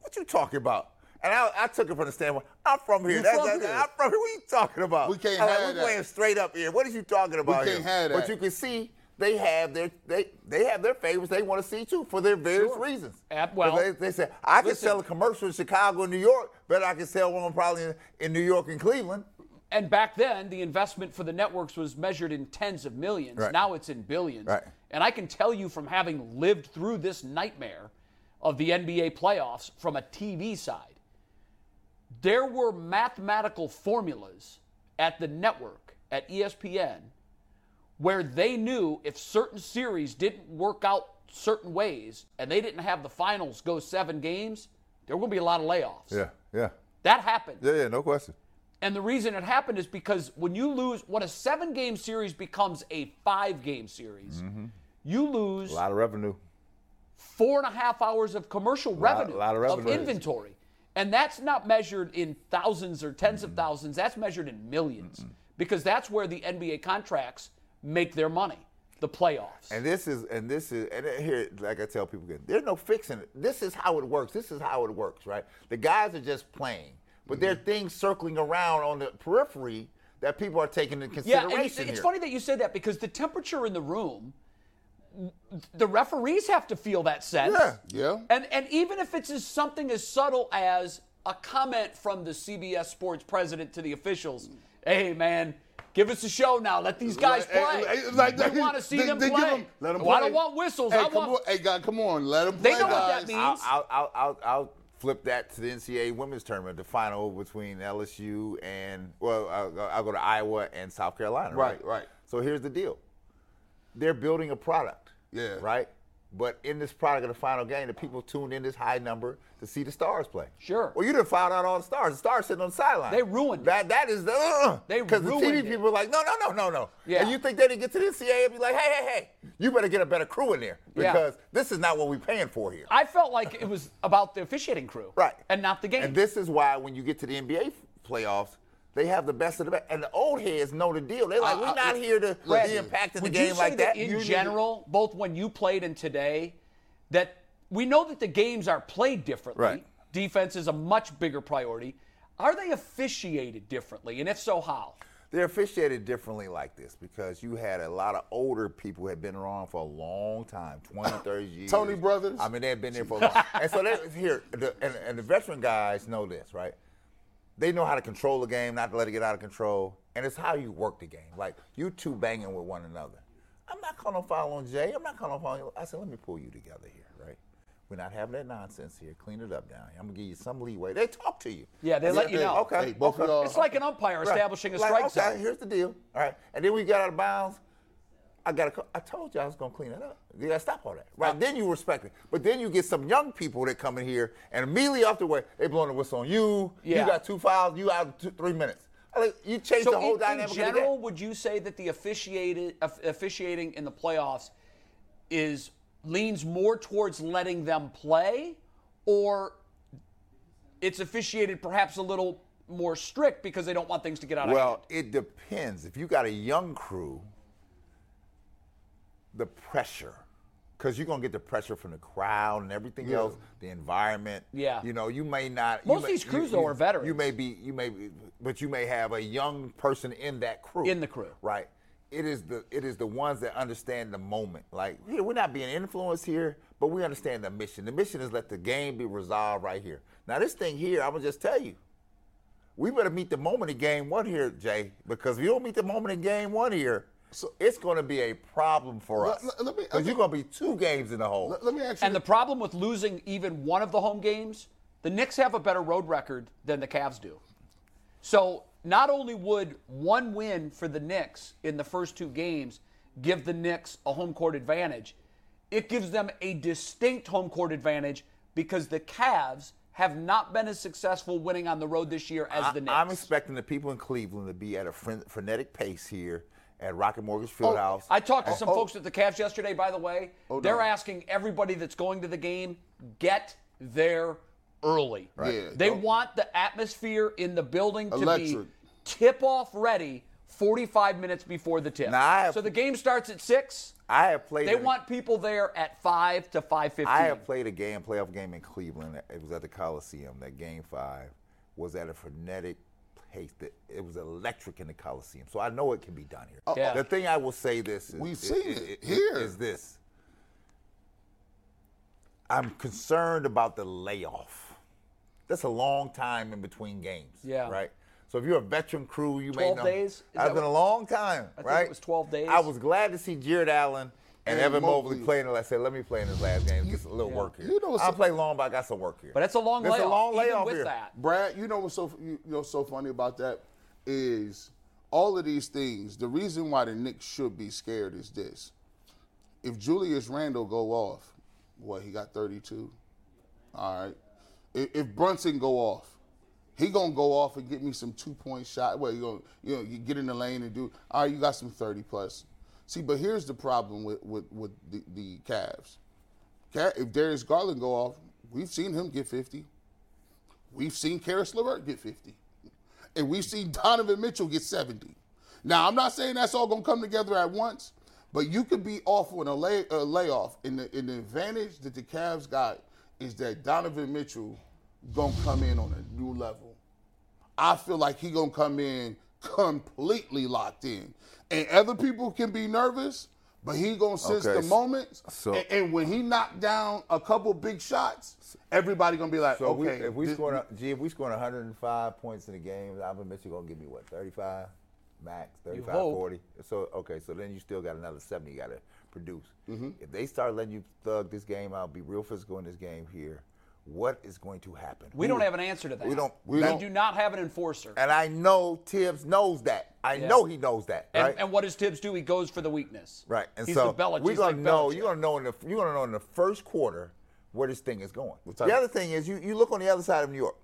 what you talking about? And I, I took it from the standpoint. I'm from here.
You
That's,
from
that's-
here.
I'm from here. What you talking about?
We can't
I'm like,
have
we
that.
playing straight up here. What are you talking about?
can't
here?
have that.
But you can see they have their they they have their favorites they want to see too for their various reasons.
Ab- well,
they, they said I can
listen.
sell a commercial in Chicago, and New York, but I can sell one probably in, in New York and Cleveland.
And back then, the investment for the networks was measured in tens of millions.
Right.
Now it's in billions.
Right.
And I can tell you from having lived through this nightmare of the NBA playoffs from a TV side, there were mathematical formulas at the network, at E ESPN, where they knew if certain series didn't work out certain ways and they didn't have the finals go seven games, there were going to be a lot of layoffs.
yeah,
That happened.
yeah. No question.
And the reason it happened is because when you lose, when a seven game series becomes a five game series, you lose
A lot of revenue.
four and a half hours of commercial
Lot-
revenue,
lot of revenue.
inventory. And that's not measured in thousands or 10s of thousands, that's measured in 1000000s because that's where the NBA contracts make their money, the playoffs.
And this is, and this is, and here, like I tell people again, there's no fixing it. This is how it works. This is how it works, right? The guys are just playing, but there are
Mm-hmm.
things circling around on the periphery that people are taking into
yeah,
consideration.
and it's, it's
here.
funny that you say that because the temperature in the room, the referees have to feel that sense.
Yeah.
Yeah.
And and even if it's as something as subtle as a comment from the CBS Sports president to the officials, hey man, give us a show now. Let these guys
Hey,
play.
hey, like,
we
they-
want to see
they-
them
they give
play.
'em- let 'em
Well, I don't
play.
want whistles.
Hey,
I
come
want.
on, hey, God, come on, let them
They
play.
know what that
guys.
means.
I'll, I'll, I'll, I'll, I'll flip that to the NCAA women's tournament, the final between LSU and, well, I'll, go- I'll go to Iowa and South Carolina.
Right,
Right,
right.
So here's the deal they're building a product.
Yeah.
Right? But in this product of the final game, the people tuned in this high number to see the stars play.
Sure.
Well, you didn't find out all the stars. The stars sitting on the sideline.
They ruined it.
that. That is the. Uh,
They
Because the TV
ruined it.
people are like, no, no, no, no, no.
Yeah.
And you think they didn't get to the NCAA and be like, hey, hey, hey, you better get a better crew in there
Yeah.
because this is not what we're paying for here.
I felt like it was about the officiating crew,
Right.
and not the game.
And this is why when you get to the NBA f- playoffs, they have the best of the best. And the old heads know the deal. They're
Uh,
like,
I- I-
we're not here to
Brad,
be impacting the
Would
game
you say
like that.
in
You need to-
general, both when you played and today, that we know that the games are played differently.
Right.
Defense is a much bigger priority. Are they officiated differently? And if so, how?
they're officiated differently like this because you had a lot of older people who had been around for a long time 20 30 years
Tony Brothers?
i mean they had been there for a long and so they here the, and, and the veteran guys know this right they know how to control the game not to let it get out of control and it's how you work the game like you two banging with one another i'm not calling a foul on jay i'm not calling a foul on you i said let me pull you together here right we're not having that nonsense here. Clean it up down. here. I'm gonna give you some leeway. They talk to you.
Yeah, they let you know.
Okay.
Hey, both of
okay.
y'all-
It's like an umpire
Right.
establishing a
Like,
strike
okay,
zone.
here's the deal. All right, and then we got out of bounds. I got. to I told you I was gonna clean it up. You gotta stop all that.
Uh-huh.
Right. Then you respect it. But then you get some young people that come in here and immediately off the way they blowing the whistle on you.
Yeah.
You got two fouls. You out two, three minutes. Like, you changed
So
the whole
in, in
dynamic. of the game.
general, would you say that the officiated, of- officiating in the playoffs is leans more towards letting them play, or it's officiated perhaps a little more strict because they don't want things to get out of hand?
Well, it depends. If you got a young crew, the pressure, because you're gonna get the pressure from the crowd and everything else, the environment.
Yeah.
You know, you may not. you
Most of
may-
these
you-
crews,
you-
though, are veterans.
You may be, you may, be, but you may have a young person in that crew.
In the crew.
Right. It is the it is the ones that understand the moment. Like here, we're not being influenced here, but we understand the mission. The mission is let the game be resolved right here. Now this thing here, I'm gonna just tell you we better meet the moment in game one here, Jay, because if you don't meet the moment in game one here, so it's going to be a problem for
Le-
us.
le- let me-
Because you're going to be two games in the hole.
Let, let me ask you.
and the problem with losing even one of the home games, the Knicks have a better road record than the Cavs do. So not only would one win for the Knicks in the first two games give the Knicks a home court advantage, it gives them a distinct home court advantage because the Cavs have not been as successful winning on the road this year as the Knicks.
I, am expecting the people in Cleveland to be at a fren- frenetic pace here at Rocket Mortgage
Oh,
Fieldhouse.
I talked to some
oh.
folks at the Cavs yesterday, by the way. They're asking everybody that's going to the game, get there early.
Yeah,
they
don't-
want the atmosphere in the building to
Electric.
be tip off ready 45 minutes before the tip.
Now, I have-
so the game starts at 6.
I have played.
They
in a-
want people there at 5 to 5.15.
I have played a game, playoff game in Cleveland. It was at the Coliseum. That game five was at a frenetic pace. That it was electric in the Coliseum. So I know it can be done here.
Yeah.
The thing I will say this is
We've
i-
seen
i-
it
i-
here.
is this. I'm concerned about the layoff. That's a long time in between games.
Yeah.
Right. So if you're a veteran crew, you may
12
know
days? Is
That's
that
been a
what-
long time,
I think it
right?
was 12 days.
I was glad to see Jared Allen and,
And
Evan Mobley,
Mobley.
play playing. I said, let me play in this last game. Get a little
Yeah.
work here.
You know what's-
I play long, but I got some work here.
but that's a long
That's
layoff.
a long
even
layoff
with
here.
that.
Brad, you know what's so you know what's so funny about that is all of these things. The reason why the Knicks should be scared is this: if Julius Randle go off, what he got 32. All right. If, if Brunson go off, he gonna go off and get me some two point shot. Well, you gonna you know you get in the lane and do. All right, you got some 30 plus. See, but here's the problem with with with the, the Cavs. Ca- If Darius Garland go off, we've seen him get 50. We've seen Karis LeVert get 50. And we've seen Donovan Mitchell get 70. Now, I'm not saying that's all going to come together at once, but you could be off on a, lay, a layoff. And the, and the advantage that the Cavs got is that Donovan Mitchell going to come in on a new level. I feel like he going to come in completely locked in. And other people can be nervous, but he going to sense
Okay,
the
s-
moments.
so-
and, and when he knocked down a couple big shots, everybody going to be like,
so
okay.
if we, if we
this-
scored, a- gee, if we scored 105 points in the game, Alvin Mitchell gonna give me what 35 max, 35,
hope.
40. So okay, so then you still got another 70 you gotta produce.
Mm-hmm.
If they start letting you thug this game out, be real physical in this game here, what is going to happen?
We don't have an answer to that.
We don't.
We
that-
do not have an enforcer.
And I know Tibbs knows that. I know he knows that.
And,
right?
and what does Tibbs do? He goes for the weakness.
Right, and
He's
so
the Belichick.
we're
He's
gonna
like
know.
Belichick.
You're gonna know in the you're gonna know in the first quarter where this thing is going.
type
The
of-
other thing is you you look on the other side of New York.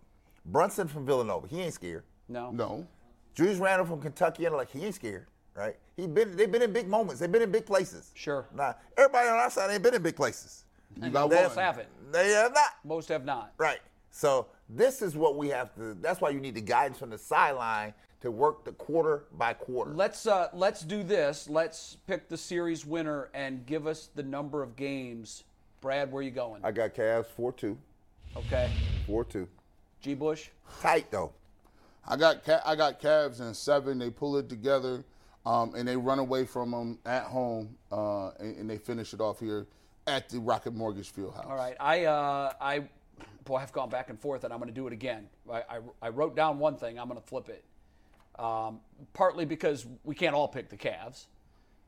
Brunson from Villanova, he ain't scared.
No.
no.
Julius Randle from Kentucky, and like he ain't scared, right? He been they've been in big moments. They've been in big places.
Sure.
Now everybody on our side ain't been in big places.
You got
Most
one.
haven't.
They have not.
Most have not.
Right. So this is what we have to. That's why you need the guidance from the sideline to work the quarter by quarter.
Let's uh, let's do this. Let's pick the series winner and give us the number of games. Brad, where you going?
I got Cavs four two,
Okay.
four two.
G. Bush.
Tight though.
I got ca- I got Cavs in seven. They pull it together, um, and they run away from them at home, uh, and, and they finish it off here at the Rocket Mortgage Fieldhouse.
All right. I uh, I boy, I've gone back and forth, and I'm going to do it again. I, I, I wrote down one thing. I'm going to flip it. Um, partly because we can't all pick the Cavs.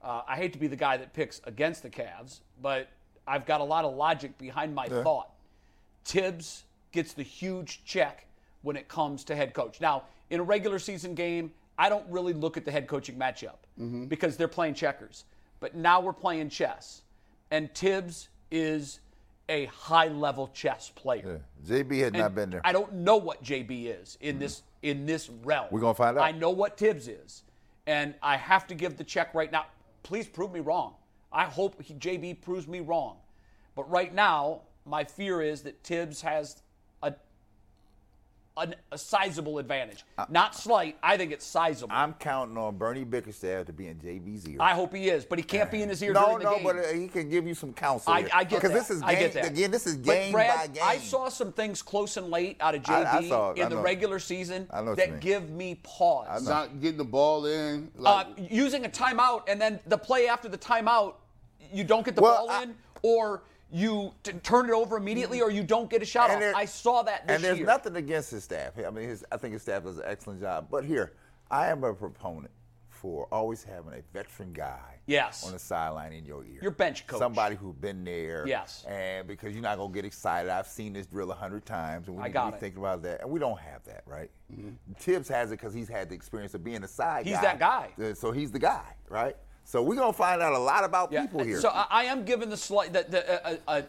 Uh, I hate to be the guy that picks against the Cavs, but I've got a lot of logic behind my thought. Tibbs gets the huge check when it comes to head coach. Now, in a regular season game, I don't really look at the head coaching matchup because they're playing checkers. But now we're playing chess, and Tibbs is a high level chess player.
JB had not been there.
I don't know what JB is in this in this realm.
We're gonna find out.
I know what Tibbs is, and I have to give the check right now. Please prove me wrong. I hope he, JB proves me wrong. But right now, my fear is that Tibbs has a an, a sizable advantage. Not slight. I think it's sizable. i
Uh, I'm counting on Bernie Bickerstaff to be in JB's ear.
hope he is, but he can't be in his ear
no,
during the
no,
game.
but uh, he can give you some counsel.
I, I get that.
because this is game,
I get that.
again. This is
But
game
Brad,
by game.
I saw some things close and late out of
I-
JB
I saw it. I
in the
know.
regular season
I know what you mean.
that give me pause.
Not getting the ball in.
Uh,
Like,
using a timeout and then the play after the timeout, you don't get the
Well,
ball
I-
in, or you t- turn it over immediately, or you don't get a shot off.
there-
I saw that this
and there's
year.
nothing against his staff. I mean, his, I think his staff does an excellent job. But here, I am a proponent for always having a veteran guy.
Yes.
On the sideline in your ear.
Your bench coach.
Somebody who's been there.
Yes.
And because you're not gonna get excited. I've seen this drill a hundred times, and we
I
need
got
to be
it.
thinking about that. And we don't have that, right? Tibbs has it because he's had the experience of being a side
He's
guy.
that guy.
Uh, So he's the guy, right? So we're gonna find out a lot about
Yeah,
people here.
So I, I am giving the slight the, the, a, a,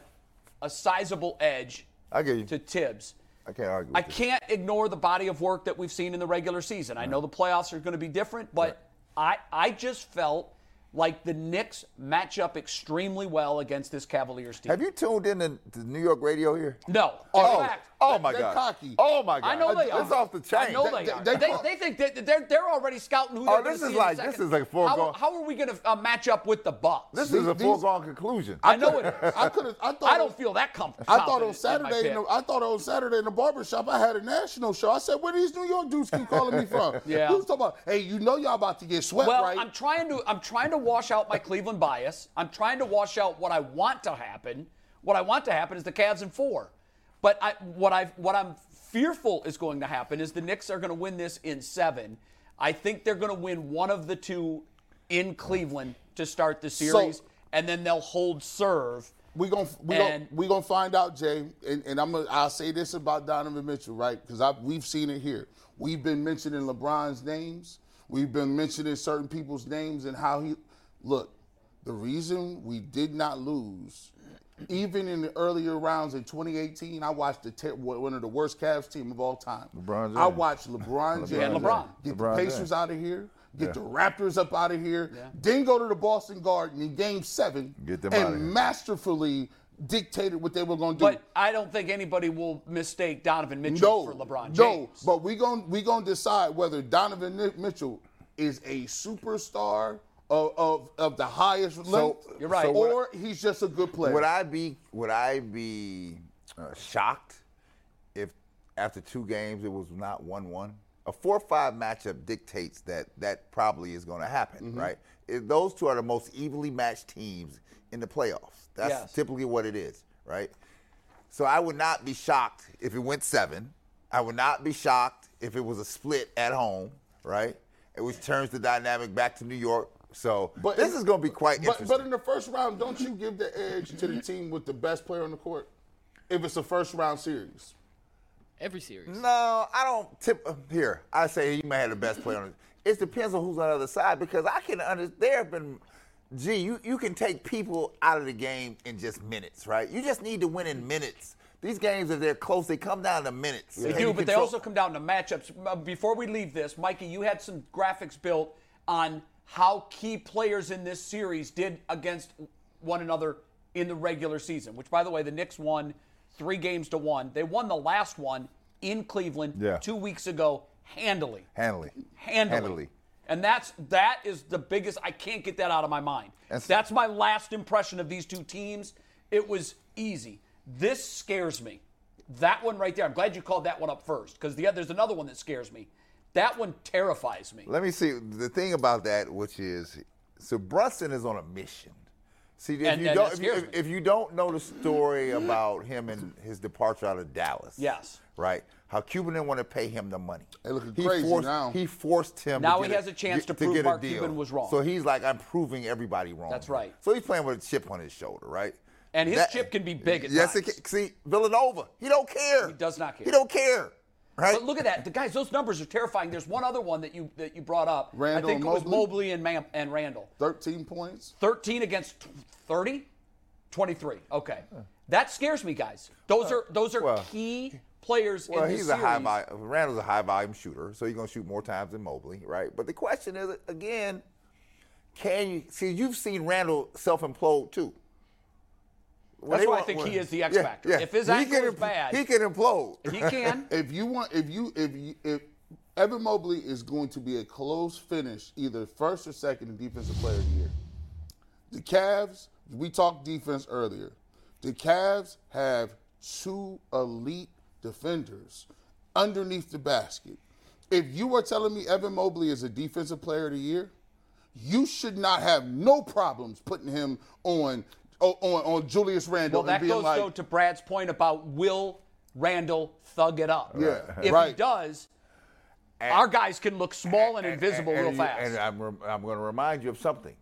a sizable edge
I get you.
to Tibbs.
I can't argue. With
I
you.
can't ignore the body of work that we've seen in the regular season. I know the playoffs are going to be different, but I, I just felt like the Knicks match up extremely well against this Cavaliers team.
Have you tuned in to, to New York radio here?
No. In
Oh,
fact,
oh my
they're
God.
cocky.
Oh my God.
I know they are.
It's off the chain.
I know they,
They-
are.
they-
They, they think that they're, they're already scouting who they're
Oh,
going
this
to
is
see
like-
in a second.
this is like
how,
foregone-
how are we going to uh, match up with the Bucks?
This is a
These-
foregone conclusion.
I know it is.
I could have. I thought.
I don't feel that comfortable.
I thought on Saturday, in the, I thought on Saturday in the barber shop, I had a national show. I said, "Where these New York dudes keep calling me from?"
Yeah.
Who's talking about? Hey, you know y'all about to get swept,
Well,
right?
I'm trying to I'm trying to wash out my Cleveland bias. I'm trying to wash out what I want to happen. What I want to happen is the Cavs in four. But I what I what I'm fearful is going to happen is the Knicks are going to win this in seven. I think they're going to win one of the two in Cleveland to start the series, and then they'll hold serve.
we gon' we gon'
And-
we gonna find out, Jay. And, and I'm gonna I'll say this about Donovan Mitchell, right? Because I we've seen it here. We've been mentioning LeBron's names. We've been mentioning certain people's names and how he look. The reason we did not lose, even in the earlier rounds in 2018, I watched the ter- one of the worst Cavs team of all time.
LeBron
I
James.
watched LeBron James.
James. LeBron.
Get
LeBron
the
James.
Pacers out of here. Get the Raptors up out of here. Then go to the Boston Garden in Game Seven
Get them
and
outta here.
masterfully dictated what they were going to do.
But I don't think anybody will mistake Donovan Mitchell
no,
for LeBron James.
no. But we going we going to decide whether Donovan Ni- Mitchell is a superstar of of, of the highest level,
You're right. so
or he's just a good player.
Would I be would I be uh, shocked if after two games it was not one one? A four five matchup dictates that that probably is going to happen,
Mm-hmm.
right? If those two are the most evenly matched teams in the playoffs. That's
Yes.
typically what it is, right? So I would not be shocked if it went seven. I would not be shocked if it was a split at home, right? Which turns the dynamic back to New York. So
But
this
in-
is going to be quite
but
interesting.
but in the first round, don't you give the edge to the team with the best player on the court if it's a first round series?
Every series.
No, I don't tip uh, here. I say he may have the best player on it. It depends on who's on the other side because I can understand. There have been, gee, you, you can take people out of the game in just minutes, right? You just need to win in minutes. These games, if they're close, they come down to minutes.
They do, but they also come down to matchups. Uh, Before we leave this, Mikey, you had some graphics built on how key players in this series did against one another in the regular season, which, by the way, the Knicks won three games to one. They won the last one in Cleveland
Yeah.
two weeks ago handily.
handily.
Handily.
Handily.
And that's that is the biggest. I can't get that out of my mind.
That's-
That's, my last impression of these two teams. It was easy. This scares me. That one right there. I'm glad you called that one up first because the there's another one that scares me. That one terrifies me.
Let me see the thing about that, which is, so Brunson is on a mission. See, if
And-
you
and
don't
that
if you,
scares me.
if you don't know the story about him and his departure out of Dallas,
Yes.
right? How Cuban didn't want to pay him the money.
They looking crazy
forced,
now.
He forced him.
Now
to
he
get
has a chance to prove
get a
Mark
deal.
Cuban was wrong.
So he's like, I'm proving everybody wrong.
That's
here."
right.
So he's playing with a chip on his shoulder, right?
And his chip can be big at
yes,
times.
it can. See, Villanova, he don't care.
He does not care.
He don't care, right?
But look at that, the guys. Those numbers are terrifying. There's one other one that you that you brought up.
Randall
I think it was
Mobley?
Mobley and Mam- and Randall.
Thirteen points.
13 against tw- 30 23 okay that scares me guys those are those are
Well,
key players
Well,
in this
he's a
series.
high volume. Randall's a high volume shooter, so he's gonna shoot more times than Mobley, right? But the question is again, can you see? You've seen Randall self implode too. When
That's
they
why I
want-
think he
when-
is the X
yeah,
factor.
yeah.
If his
He
ankle
can
is
impl-
bad-
he can implode.
He can.
if you want, if you, if you, if Evan Mobley is going to be a close finish, either first or second in defensive player of the year. The Cavs, we talked defense earlier. The Cavs have two elite defenders underneath the basket. If you are telling me Evan Mobley is a defensive player of the year, you should not have no problems putting him on on, on Julius Randle
Well, that
and being
goes
like,
though to Brad's point about will Randall thug it up?
Yeah,
If he
right.
does, our guys can look small and, invisible
and
real
you-
fast.
And I'm, rem- I'm going to remind you of something.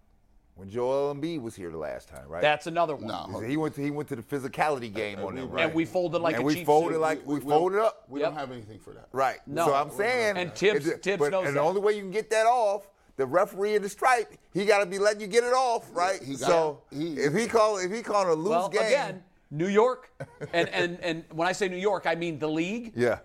When Joel Embiid was here the last time, right?
That's another one.
No.
he went to he went to the physicality game on him, right?
we folded like
and
a
we
cheap
folded
suit.
like we
We don't-
folded up.
We
Yep.
don't have anything for that.
Right.
No.
So I'm saying.
And Tibbs-
it's-
Tibbs
but,
knows
And
that.
the only way you can get that off, the referee in the stripe, he got to be letting you get it off, right?
he got-
so
he-
if he call if he called a loose
well,
game,
again, New York, and, and and when I say New York, I mean the league,
yeah,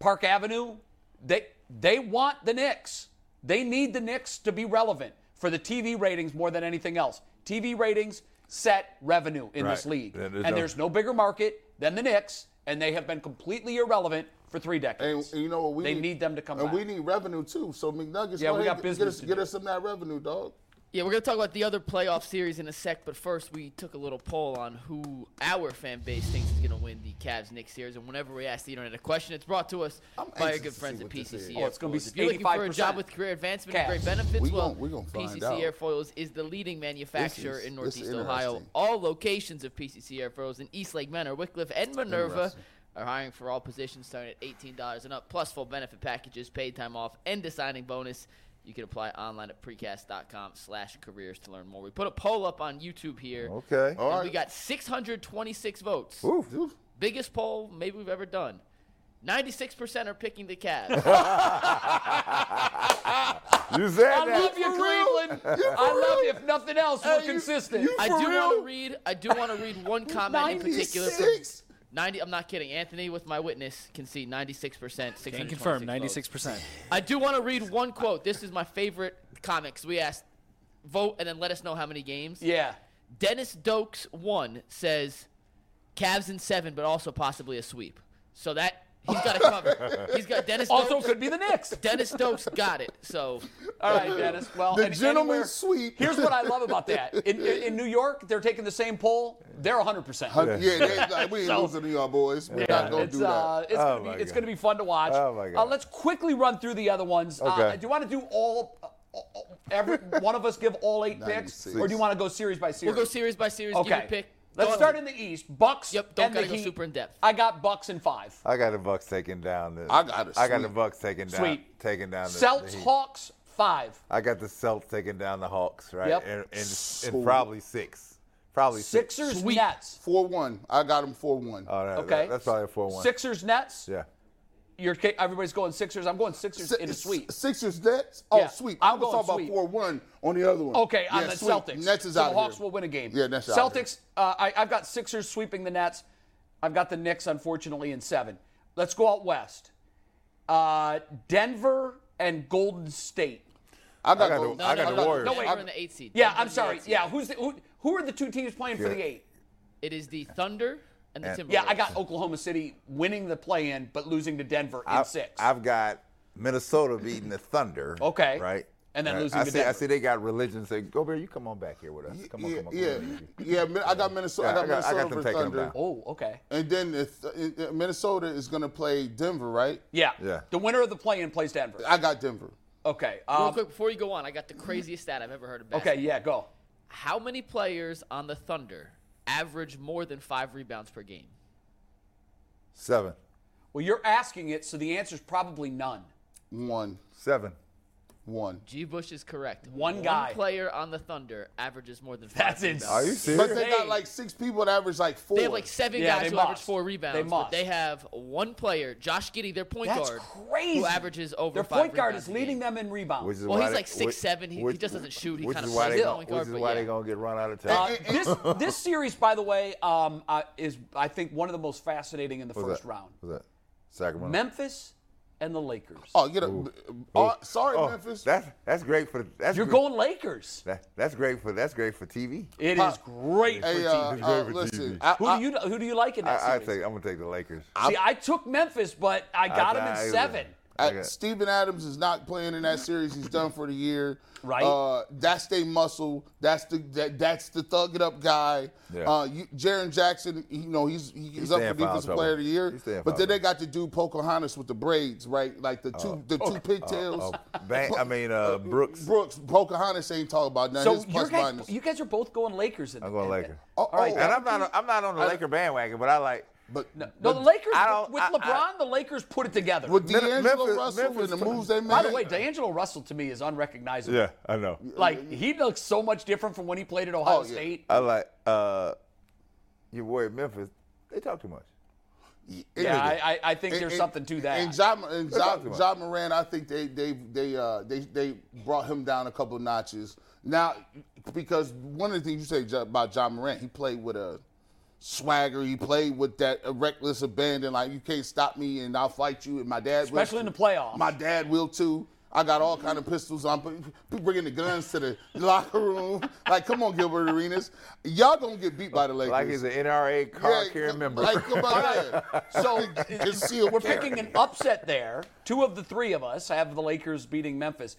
Park Avenue. They they want the Knicks. They need the Knicks to be relevant for the TV ratings more than anything else. TV ratings set revenue in this
Right.
league,
There's
and
no-
there's no bigger market than the Knicks, and they have been completely irrelevant for three
And,
decades.
and you know what? We
They need them to come
And
back.
we need revenue too. So McNuggets,
Yeah,
go
we
ahead,
got
get-
business
Get us,
to
get
do.
us some of that revenue, dog.
Yeah, we're gonna talk about the other playoff series in a sec, but first we took a little poll on who our fan base thinks is gonna win the Cavs Knicks series. And whenever we ask the internet a question, it's brought to us
I'm
by our
anxious
good
to see
friends at
what this is.
PCC.
Oh, it's gonna be
Airfoils. If you're looking for a
85%
job with career advancement and great
Cavs.
benefits,
We
well,
gon- we gon' find
PCC
out.
Airfoils is the leading manufacturer
This is-
in
this is
Northeast Ohio.
interesting.
All locations of PCC Airfoils in Eastlake, Menor, Wickliffe, and Minerva
Interesting.
are hiring for all positions starting at $18 and up, plus full benefit packages, paid time off, and a signing bonus. You can apply online at precast.com slash careers to learn more. We put a poll up on YouTube here.
okay.
and
All
We
right.
got 626 votes.
Ooh.
Biggest poll maybe we've ever done. 96% are picking the Cavs.
You said
I
that.
love you, Cleveland. I love you. If nothing else, we're consistent.
I do want to read I do want to read one comment in particular from
96?
90 I'm not kidding. Anthony with my witness can see 96%
Can
626
confirm,
votes.
96%.
I do want to read one quote. This is my favorite comment 'cause we asked vote and then let us know how many games.
yeah.
Dennis Dokes one says, Cavs in seven, but also possibly a sweep. So that he's got it covered. he's got Dennis.
Also,
Dokes,
could be the Knicks.
Dennis Stokes got it. So
All right, Dennis. Well,
The
and
gentleman's
anywhere-
sweep.
Here's what I love about that. In, in, in New York, they're taking the same poll. They're 100. percent
Yeah, they, like, we ain't losing to y'all boys. We're not gonna
it's,
do that.
Uh, it's,
Oh
gonna
my
be, it's
God.
gonna be fun to watch.
Oh my
Uh,
God.
let's quickly run through the other ones. Uh,
Okay.
do you want to do all? Uh, all- every one of us give all eight picks,
96.
or do you want to go series by series?
we'll go series by series.
Okay.
Give your pick.
Let's
Don't-
start in the East. Bucks.
Yep, don't
and the
gotta go
Heat.
super in depth.
I got Bucks in five.
I got the Bucks taken down. The,
I got a
I got the
sweep.
Bucks taken down.
Sweet.
Taken down. The,
Celts
the Heat.
Hawks five.
I got the Celts taking down the Hawks, right?
Yep.
And, and, and probably six. Probably six.
Sixers Nets.
Four one. I got him four one.
Oh, no,
Okay.
that- that's probably a four-one.
Sixers Nets.
Yeah.
You're ca- everybody's going Sixers. I'm going Sixers in a sweep.
Sixers Nets. Oh,
Yeah,
sweep.
I'm
I was
going
talking
sweep.
about four one on the other one.
Okay, on
Yeah,
the
sweep.
Celtics.
Nets is
so
out
the
of
Hawks
here.
will win a game.
Yeah, Nets out of here.
Celtics. Uh, I, I've got Sixers sweeping the Nets. I've got the Knicks, unfortunately, in seven. Let's go out west. Uh, Denver and Golden State.
I got,
I got
Golden-
the, I got the Warriors.
No, wait,
I-
we're in the eight seed.
Yeah,
Denver's
I'm
the
sorry.
eight seed.
Yeah, who's the, who? Who are the two teams playing for the
Yeah.
eight?
It is the Thunder and the Timberwolves.
Yeah, I got Oklahoma City winning the play-in, but losing to Denver in
I've,
six.
I've got Minnesota beating the Thunder.
Okay.
Right.
And then
Right.
losing
I
to
see, I
Denver.
see they got religion. Say, Gobert, you come on back here with us. Come on,
yeah,
come on.
yeah,
Come on.
yeah, Min- I got Minnesota.
Yeah,
I got,
I got- I
Minnesota
got them
for
taking 'em
Thunder.
down.
oh, okay.
And then if, uh, Minnesota is going to play Denver, right?
Yeah.
Yeah.
The winner of the play-in plays Denver.
I got Denver.
Okay.
Real
Um,
quick, before you go on, I got the craziest stat I've ever heard of.
okay.
basketball.
Yeah. Go.
How many players on the Thunder average more than five rebounds per game?
Seven.
Well, you're asking it, so the answer's probably none.
One.
Seven.
One.
G. Bush is correct.
One guy.
player on the Thunder averages more than five
That's
rebounds.
Are you
insane.
serious?
But they got like six people that average like four.
They have like seven
Yeah,
guys
they
who average
must.
four
They
rebounds.
must.
But they have one player, Josh Giddy, their point
That's
guard,
crazy.
who averages over
Their
five
point guard
rebounds
is
a
leading
game.
them in
Which
rebounds.
is
Well,
why
he's
they-
like 6'7", he- he
which-
just doesn't shoot, he
which
kinda
is why
plays
they,
the point guard,
Which is
but
why
yeah.
they're gonna get run out of
Uh,
town.
this this series, by the way, um, uh, is I think one of the most fascinating in the
What's
first
that?
round.
What's that? Sacramento.
Memphis and the Lakers.
Oh, get up. Oh, sorry,
Oh,
Memphis.
That's that's great for that's
You're
good-
going Lakers.
That, that's great for that's great for TV.
It is great for
hey,
TV.
uh, uh, listen. I,
who do you who do you like in that
I, I
series?
take, I'm gonna take the Lakers.
See, I took Memphis, but I got him
I-
in seven.
I-
Okay.
uh, Steven Adams is not playing in that series. He's done for the year.
Right.
Uh, that's they muscle. That's the that, that's the thug it up guy.
Yeah.
Uh, you, Jaron Jackson, you know he's he- he's,
He's
up
staying
for
foul
defensive
trouble.
player of the year.
He's staying
But
foul
then they
trouble. Oh.
got the dude Pocahontas with the braids, right? Like the two the two pigtails.
Bang, Uh, I mean uh, Brooks.
Brooks Pocahontas ain't talking about nothing.
So
His
you
plus
guys,
minus.
you guys are both going Lakers. In
I'm going
in-
Lakers.
Oh,
all right,
oh,
And I'm not a, I'm not on the Laker bandwagon, but I like
but no,
No, the Lakers
Oh, I don't-
with
I-
LeBron,
I-
the Lakers put it together.
with D'Angelo
Memphis-
Russell
Memphis-
and the moves they made.
By the way, D'Angelo Russell to me is unrecognizable.
yeah I know
Like he looks so much different from when he played at Ohio
Oh, yeah.
State.
I like uh, your boy at Memphis. They talk too much.
Yeah, I, I, I think
And-
there's
and-
something to that.
And John and
There's
Ja,
something to
Ja Moran, I think they they they uh they they brought him down a couple of notches. Now, because one of the things you say Ja- about John Moran, he played with a swagger. He played with that reckless abandon, like you can't stop me and I'll fight you. And my dad,
Especially
will
in the
too.
playoffs.
my dad will too. I got all kind of pistols. I'm p- bringing the guns to the locker room. Like, come on, Gilbert Arenas, y'all gonna get beat by the Lakers.
Like he's an NRA
Yeah,
car carrying member.
Like, come on, yeah.
so
Concealed
we're
carry.
picking an upset there. Two of the three of us have the Lakers beating Memphis.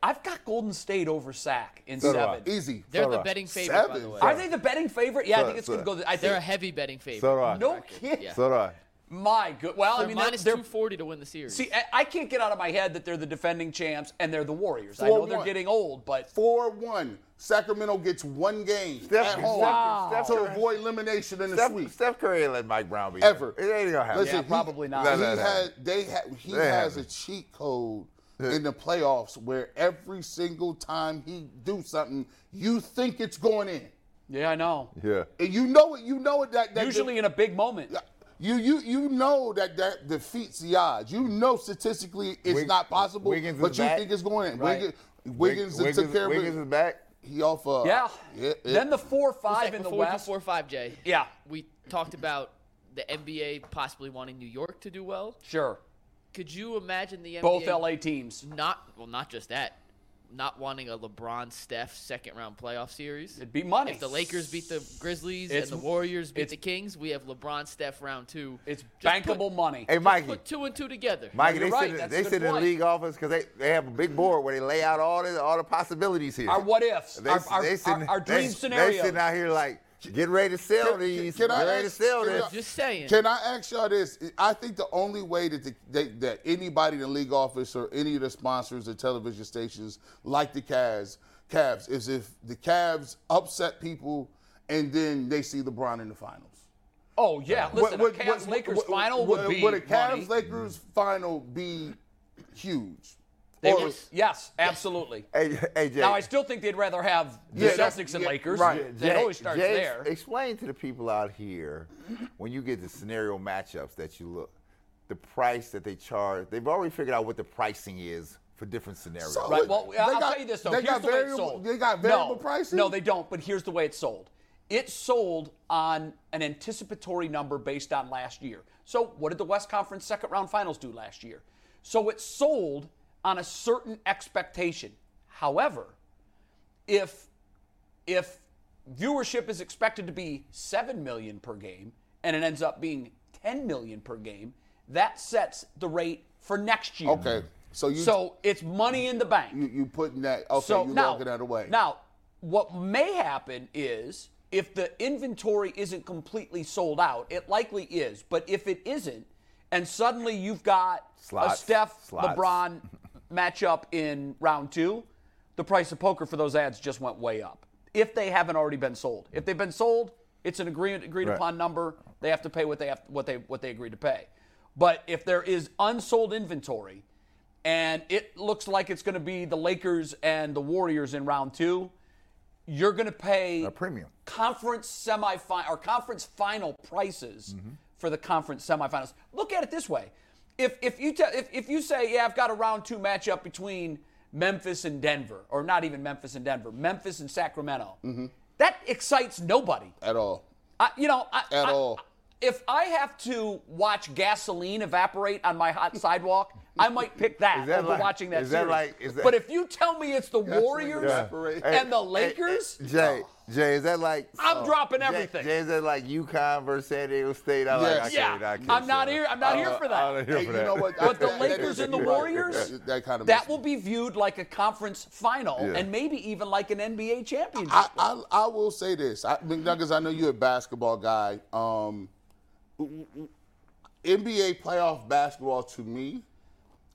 I've got Golden State over Sac in
do I.
seven.
easy.
They're the
Alright.
betting favorite, by the
Seven.
way.
Are they the betting favorite? Yeah, I
So-
think it's
so-
going to go. th- I
They're a
think
heavy betting favorite.
so do I.
no kidding.
So do I.
My good. Well,
They're
I mean,
minus
they're, they're
240 to win the series.
See, I- I can't get out of my head that they're the defending champs and they're the Warriors. I
Four
know they're
one.
getting old, but
Four one. Sacramento gets one game
Steph,
at home
wow. Steph,
to
Curry-
avoid elimination in the
Steph,
sweep.
Steph Curry ain't let Mike Brown be
Ever.
It ain't gonna happen.
Listen,
Yeah, probably not.
No,
He
no, no.
had they had he
That
has a
happened.
cheat code in the playoffs where every single time he do something, you think it's going in.
yeah, I know.
yeah.
And you know it, you know it that, that
Usually in a big moment.
you you you know that that defeats the odds. You know statistically it's
Wig-
not possible,
Wiggins is
but you
back.
think it's going in.
Right.
Wiggins, Wiggins,
Wiggins,
took care
Wiggins
of
is
it.
back.
He off. Uh,
Yeah. Then the four
One
five
sec,
in the
before we do
West.
Four five, Jay.
Yeah.
We talked about the NBA possibly wanting New York to do well.
Sure.
Could you imagine the NBA
Both LA teams.
not well, not just that, not wanting a LeBron Steph second round playoff series?
It'd be money.
If the Lakers beat the Grizzlies
It's-
and the Warriors beat
it's-
the Kings, we have LeBron Steph round two.
It's
Just put-
bankable money.
Hey, Mikey.
Put two and two together.
Mikey,
you're
they
right.
sit, in,
That's
they
a good
sit in the
point.
league office because they, they have a big board where they lay out all the all the possibilities here.
Our what ifs.
They,
our, our,
they sitting-
our, our
they-
dream scenarios.
They sitting out here like, get ready to sell
Can-
these.
can I
get ready
ask-
to sell
can
this.
I-
Just saying.
Can I ask y'all this? I think the only way that, the, that that anybody in the league office or any of the sponsors or television stations like the Cavs, Cavs is if the Cavs upset people and then they see LeBron in the finals.
oh, yeah. Listen,
Would-
a
would-
Cavs Lakers final would, be.
Would a
money.
Cavs Lakers final be huge?
They
Or-
would- yes, absolutely.
Hey, hey, Jay.
Now, I still think they'd rather have the
Yeah, that's-
Celtics and
yeah,
Lakers.
right.
That always starts
Jay,
there.
Explain to the people out here when you get the scenario matchups that you look, the price that they charge. They've already figured out what the pricing is for different scenarios.
So-
Right. Well,
They
I'll
got-
tell you this though.
they
Here's
got
the way it's
variable-
sold.
they got variable
no,
pricing?
No, they don't. But here's the way it's sold. It's sold on an anticipatory number based on last year. So what did the West Conference second round finals do last year? So it's sold on a certain expectation. However, if if viewership is expected to be 7 million per game and it ends up being 10 million per game, that sets the rate for next year.
Okay, so you
So it's money in the bank.
you, you putting that okay?
so
you
now,
walking that away.
Now, what may happen is if the inventory isn't completely sold out, it likely is. But if it isn't, and suddenly you've got a
Slots,
Steph
slots.
LeBron matchup in round two, the price of poker for those ads just went way up. If they haven't already been sold, if they've been sold, it's an agreed agreed
Right.
upon number. They have to pay what they have what they what they agreed to pay. But if there is unsold inventory, and it looks like it's going to be the Lakers and the Warriors in round two. You're going to pay
A premium.
conference semifinal or conference final prices for the conference semifinals. Look at it this way: if if you tell if, if you say, yeah, I've got a round two matchup between Memphis and Denver, or not even Memphis and Denver, Memphis and Sacramento, that excites nobody.
at all.
I, you know, I,
At
I-
all.
If I have to watch gasoline evaporate on my hot sidewalk, I might pick that,
Is that
over
like-
watching that
is that
series.
like- is that-
but if you tell me it's the Warriors
evaporate.
and the
Hey, hey,
Lakers, Oh.
hey, Jay, Jay, is that like Oh,
I'm dropping
Jay-
everything.
Jay, is that like UConn versus San Diego State? I'm
Yes.
like, I
yeah,
can't, I can't,
I'm not
son.
here. I'm not here
don't-
for
I
that.
don't hear
Hey,
for
you know what?
But the
That- that
Lakers
is-
and the
you're right.
Warriors,
That- that kind of
That
makes me-
will be viewed like a conference final
Yeah.
and maybe even like an NBA championship.
I, I I will say this, I, McNuggets. I know you're a basketball guy. Um, NBA playoff basketball to me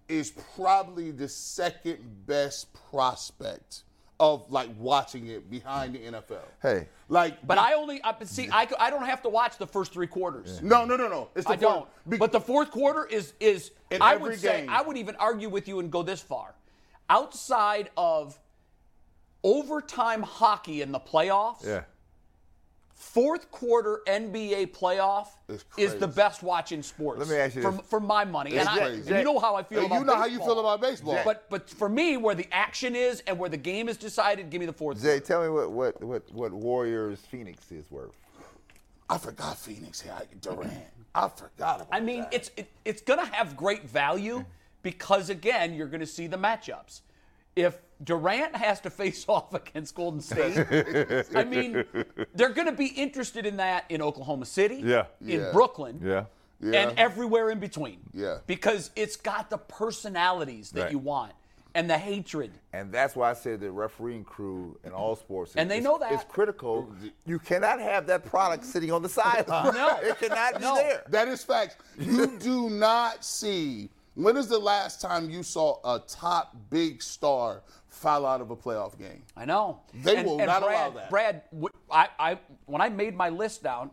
is probably the second best prospect of like watching it behind the NFL.
Hey.
like,
but I only I, but see. I, c- I don't have to watch the first three quarters.
no, no, no, no. It's the
I don't.
Be-
but the fourth quarter is is
In
I
every
would say
game.
I would even argue with you and go this far. Outside of overtime hockey in the playoffs,
Yeah.
fourth quarter NBA playoff
It's
is the
crazy.
best watch in sports.
Let me ask you
for,
this.
for my money, and, I,
crazy.
and you know how I feel.
you know
about
how you feel about baseball.
But but for me, where the action is and where the game is decided, give me the fourth.
Jay,
quarter.
tell me what what what what Warriors Phoenix is worth.
I forgot Phoenix had Durant. I forgot about.
I mean, it's it, it's going to have great value because again, you're going to see the matchups. If Durant has to face off against Golden State, I mean, they're going to be interested in that in Oklahoma City,
Yeah.
in
Yeah.
Brooklyn,
Yeah.
Yeah.
and everywhere in between.
Yeah.
Because it's got the personalities that
Right.
you want and the hatred.
And that's why I said the refereeing crew in all sports.
And they
is-
know that.
is critical. You cannot have that product sitting on the sideline.
No.
it cannot be
No.
there.
That is facts. You do not see. When is the last time you saw a top big star foul out of a playoff game?
I know.
They will not
Brad,
allow that.
Brad, w- I, I, when I made my list down,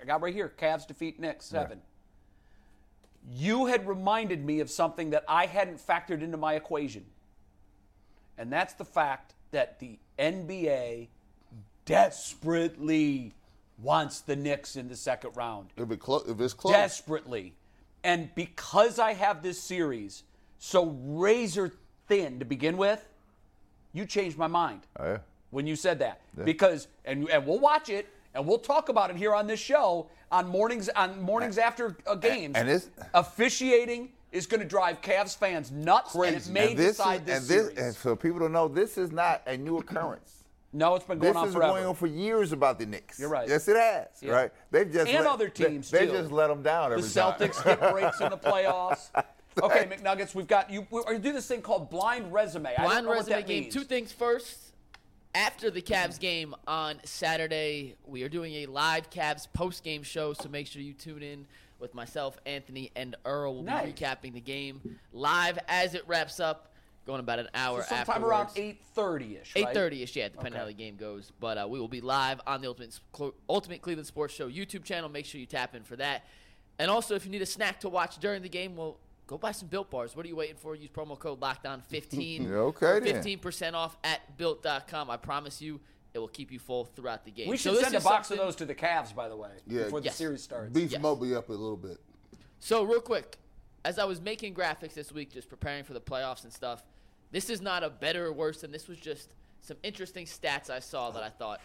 I got right here Cavs defeat Knicks, seven. You had reminded me of something that I hadn't factored into my equation. And that's the fact that the NBA desperately wants the Knicks in the second round
If, it clo- if it's close,
desperately. And because I have this series so razor thin to begin with, you changed my mind
Oh,
when you said that. Because and and we'll watch it and we'll talk about it here on this show on mornings on mornings after uh, games.
and it's-
officiating is going to drive Cavs fans nuts, and
Crazy.
it may
And this, is,
decide this
and this
series.
and so people don't know this is not a new occurrence.
no, it's been going
This
on
is
forever.
going on for years about the Knicks. You're
right.
Yes, it has. Right? They've just
And
let-
other
they-
teams,
They,
too.
just let them down
the
every time.
Celtics get breaks in the playoffs. Okay, McNuggets, we've got you. We or you do this thing called blind resume. I don't
Blind
know what
resume
that
game.
means.
Two things first. After the Cavs game on Saturday, we are doing a live Cavs post game show, so make sure you tune in with myself, Anthony, and Earl. We'll
Nice.
be recapping the game live as it wraps up, going about an hour
So sometime around
afterwards.
8.30 ish
Eight thirty ish, yeah, depending on how the game goes. But uh, we will be live on the Ultimate Cl- Ultimate Cleveland Sports Show YouTube channel. Make sure you tap in for that. And also, if you need a snack to watch during the game, well, go buy some Built Bars. What are you waiting for? Use promo code Lockdown fifteen.
Okay, then.
fifteen percent off at Built.com. I promise you, it will keep you full throughout the game.
we
So
should
this
send a
is
box
something-
of those to the Cavs, by the way,
Yeah.
before
Yes.
the series starts
beef
Yes.
Mobley up a little bit.
So real quick, as I was making graphics this week, just preparing for the playoffs and stuff, this is not a better or worse than this was just some interesting stats I saw that I thought,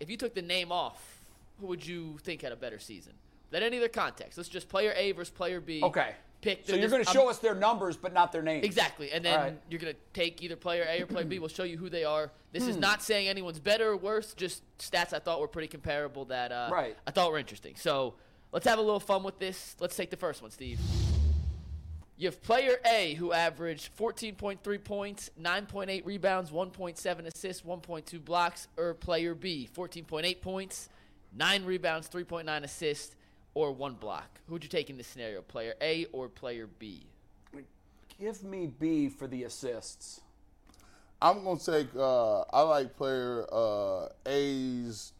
if you took the name off, who would you think had a better season? Without any other context, let's just player A versus player B.
okay
Pick.
so you're going to show us their numbers but not their names
Exactly, and then
All right.
you're gonna take either player A or player B. We'll show you who they are. This
Hmm.
is not saying anyone's better or worse. Just stats I thought were pretty comparable that uh,
Right.
I thought were interesting. So let's have a little fun with this. Let's take the first one, Steve. You have player A who averaged 14.3 points, 9.8 rebounds, 1.7 assists, 1.2 blocks, or player B 14.8 points, 9 rebounds, 3.9 assists, or 1 block. Who would you take in this scenario, player A or player B?
give me b for the assists
I'm gonna take. Uh, I like player uh, A's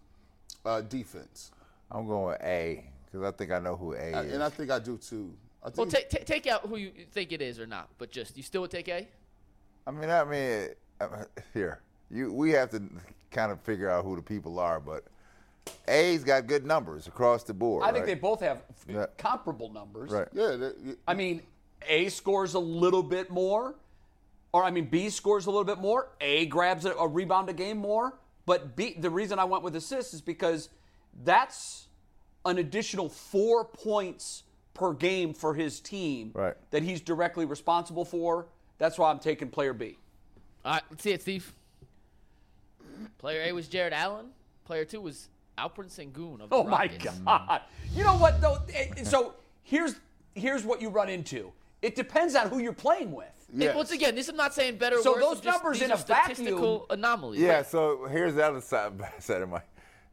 uh, defense,
I'm going A because I think I know who A is.
Uh, and I think I do too. I think
Well, take ta take out who you think it is or not, but just you still would take A.
I mean, I mean, uh, here you we have to kind of figure out who the people are, but A's got good numbers across the board.
I think they
right?
both have f-
Yeah.
comparable numbers.
Right.
yeah, that-
I mean, A scores a little bit more, or I mean, B scores a little bit more. A grabs a, a rebound a game more, but B. The reason I went with assists is because that's an additional four points per game for his team
Right.
that he's directly responsible for. That's why I'm taking player B.
All right, let's see it, Steve. Player A was Jared Allen. Player two was Alperin Sengun of the
Oh my
Rockets.
God! You know what though? It- it- So here's here's what you run into. It depends on who you're playing with.
And once again, this I'm not saying better. Or
So
worse,
those
I'm just,
numbers
these
in
are
a vacuum-
statistical anomalies.
Yeah. So here's the other side side of my.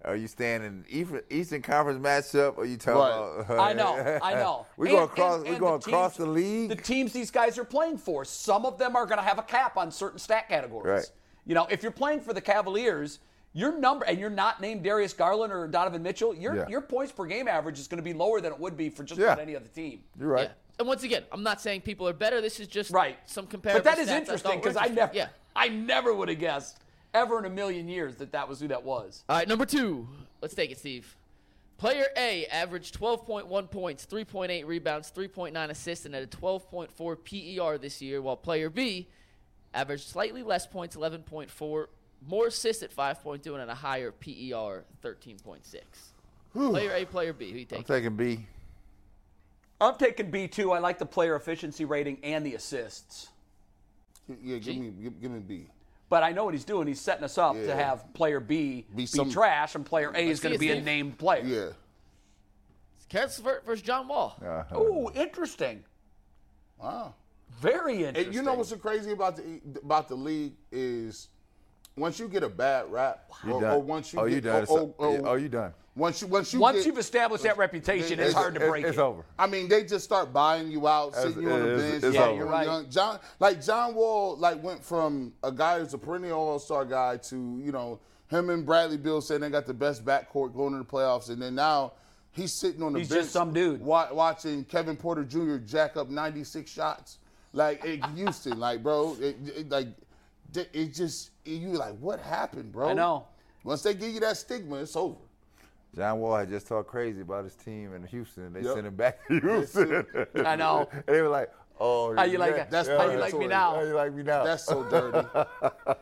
Are you staying in Eastern- Eastern Conference matchup? Or are you talking
Right.
about? uh,
I know, I know.
we
And-
going across.
and-
we
and
going across the
teams-
league.
The teams these guys are playing for. Some of them are going to have a cap on certain stat categories.
Right.
You know, if you're playing for the Cavaliers, your number and you're not named Darius Garland or Donovan Mitchell, your
Yeah.
your points per game average is going to be lower than it would be for just
Yeah.
about any other team.
You're right.
Yeah. And once again, I'm not saying people are better. This is just
Right.
some comparison.
But that is interesting because I never,
Yeah.
I never would have guessed ever in a million years that that was who that was.
All right, number two. Let's take it, Steve. Player A averaged 12.1 points, 3.8 rebounds, 3.9 assists, and had a 12.4 PER E this year, while player B averaged slightly less points, 11.4, more assists at 5.2, and at a higher E PER, 13.6. Player A, player B. Who you
I'm
taking?
taking B.
I'm taking B2. I like the player efficiency rating and the assists.
yeah, give me give, give me B.
But I know what he's doing. He's setting us up to
Yeah.
have player B be,
Be some-
trash, and player A is going to
it,
be a
Steve.
named player.
Yeah,
Karis Levert versus John Wall.
Ooh, interesting.
wow.
Very interesting.
And you know what's so crazy about the about the league is once you get a bad rap,
You
or,
done.
or once you
oh,
get,
you done.
or- or-
oh, you done.
once you once you
Once
get-
you've established that reputation, it's,
It's-
hard to
It's-
break
it's
it.
over.
I mean, they just start buying you out,
It's-
sitting you on the
it's-
bench.
it's
like,
over.
you're
Right.
young. John, like John Wall, like went from a guy who's a perennial All Star guy to you know him and Bradley Bill saying they got the best backcourt going to the playoffs, and then now he's sitting on the
He's
bench,
just some dude.
wa- watching Kevin Porter Jr. jack up 96 shots, like in Houston, like bro, it, it, like it it just you like what happened, bro?
I know.
Once they give you that stigma, it's over.
John Wall had just talked crazy about his team in Houston, and they
Yep.
sent him back to Houston.
I know.
and they were like, "Oh,
How you like that?
That's
How you like me
predatory.
now?
How you like me now?"
That's so dirty.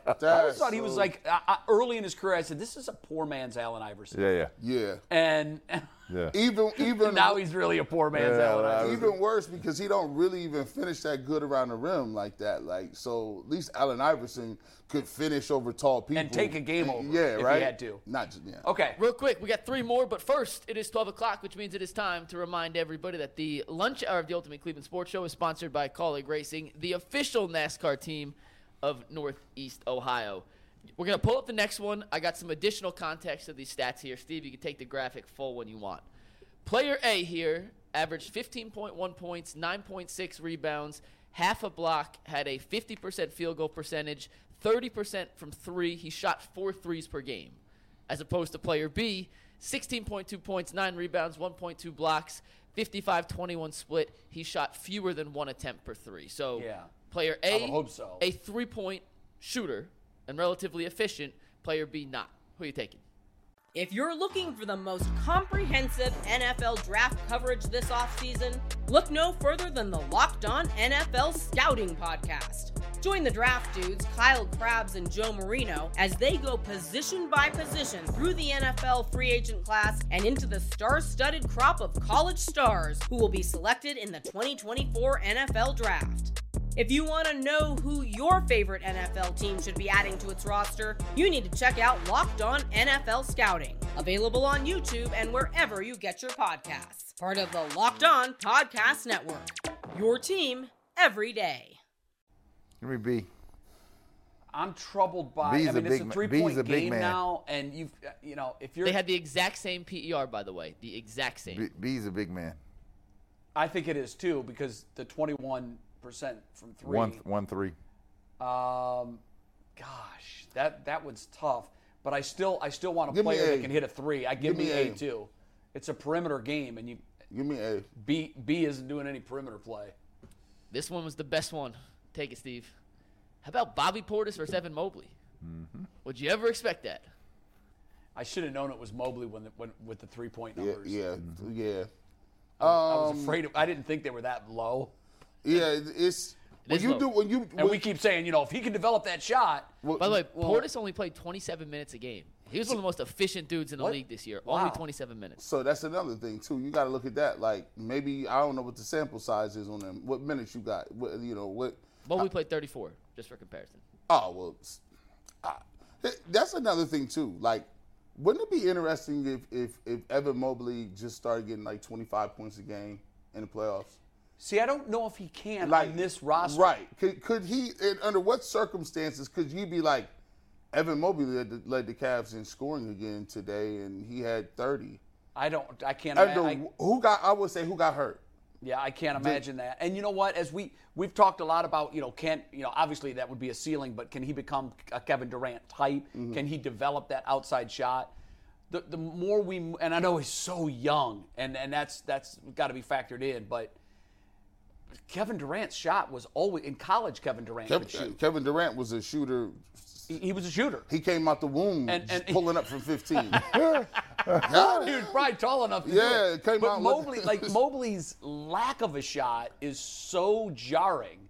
That's
I always thought he was
so-
like I, I- early in his career. I said, "This is a poor man's Allen Iverson,"
yeah, yeah,
yeah.
and
yeah.
Even even
now he's really a poor man's
Yeah,
Allen
well, I
Iverson.
was-
even worse because he don't really even finish that good around the rim like that. Like so, at least Allen Iverson could finish over tall people
take a game over
Yeah,
if he
right.
had to.
Not just yeah.
Okay,
Real quick, we got three more, but first, it is 12 o'clock, which means it is time to remind everybody that the lunch hour of the Ultimate Cleveland Sports Show is sponsored by Colleague Racing, the official NASCAR team of Northeast Ohio. We're going to pull up the next one. I got some additional context of these stats here. Steve, you can take the graphic full when you want. Player A here averaged 15.1 points, 9.6 rebounds, half a block, had a 50% field goal percentage, 30% from three. He shot four threes per game. As opposed to player B, 16.2 points, 9 rebounds, 1.2 blocks, 55 21 split. He shot fewer than one attempt per three. So,
Yeah.
player A,
would hope so.
a three point shooter and relatively efficient, player B, not. Who are you taking?
If you're looking for the most comprehensive NFL draft coverage this offseason, look no further than the Locked On NFL Scouting Podcast. Join the draft dudes, Kyle Krabs and Joe Marino, as they go position by position through the NFL free agent class and into the star studded crop of college stars who will be selected in the 2024 NFL Draft. If you want to know who your favorite NFL team should be adding to its roster, you need to check out Locked On NFL Scouting, available on YouTube and wherever you get your podcasts. Part of the Locked On Podcast Network. Your team every day.
Give me B.
I'm troubled by.
B's
I
a
mean, it's
big
a
ma-
three
B's a
point
big
game
man.
now, and you've you know if you're
They had the exact same PER, by the way. The exact same.
B. B's a big man.
I think it is too because the 21 percent from three.
One, one, three.
Um, gosh, that that one's tough. But I still I still want a
Give me
player
A.
that can hit a three. I give,
Give
me
me
a
A.
too. It's a perimeter game, and you
Give me A.
B B isn't doing any perimeter play.
This one was the best one. Take it, Steve. How about Bobby Portis versus Evan Mobley? Would you ever expect that?
I should have known it was Mobley when, the, when with the three point
Yeah,
numbers.
yeah,
Mm-hmm.
yeah. Um,
I was afraid. Of, I didn't think they were that low.
Yeah, it- it's when
is
you
low.
do when you
And
when,
we keep saying, you know, if he can develop that shot,
By the way, Portis only played 27 minutes a game. He was one of the most efficient dudes in the league this year. Only
Wow.
27 minutes.
So that's another thing too. You got to look at that. Like maybe I don't know what the sample size is on them. What minutes you got? What, you know what?
Mobley
Uh,
played 34, just for comparison.
Oh well, s- ah. Th- that's another thing too. Like, wouldn't it be interesting if if if Evan Mobley just started getting like 25 points a game in the playoffs?
see, I don't know if he can
Like
on this roster.
right? Could, could he? And under what circumstances could you be like Evan Mobley led the, led the Cavs in scoring again today, and he had 30.
I don't. I can't.
Under
imagine.
who got? I would say who got hurt.
Yeah, I can't imagine that. And you know what? As we we've talked a lot about, you know, can you know, obviously that would be a ceiling, but can he become a Kevin Durant type?
Mm-hmm.
Can he develop that outside shot? The the more we and I know he's so young, and and that's that's got to be factored in, but. Kevin Durant's shot was always in college. Kevin Durant
Kevin,
could shoot.
Kevin Durant was a shooter.
He, he was a shooter.
He came out the womb
And-
just
and-
pulling up from 15. Got
he
it.
was probably tall enough to do
Yeah,
it.
it came
but
out with-
Mobley, like Mobley's lack of a shot is so jarring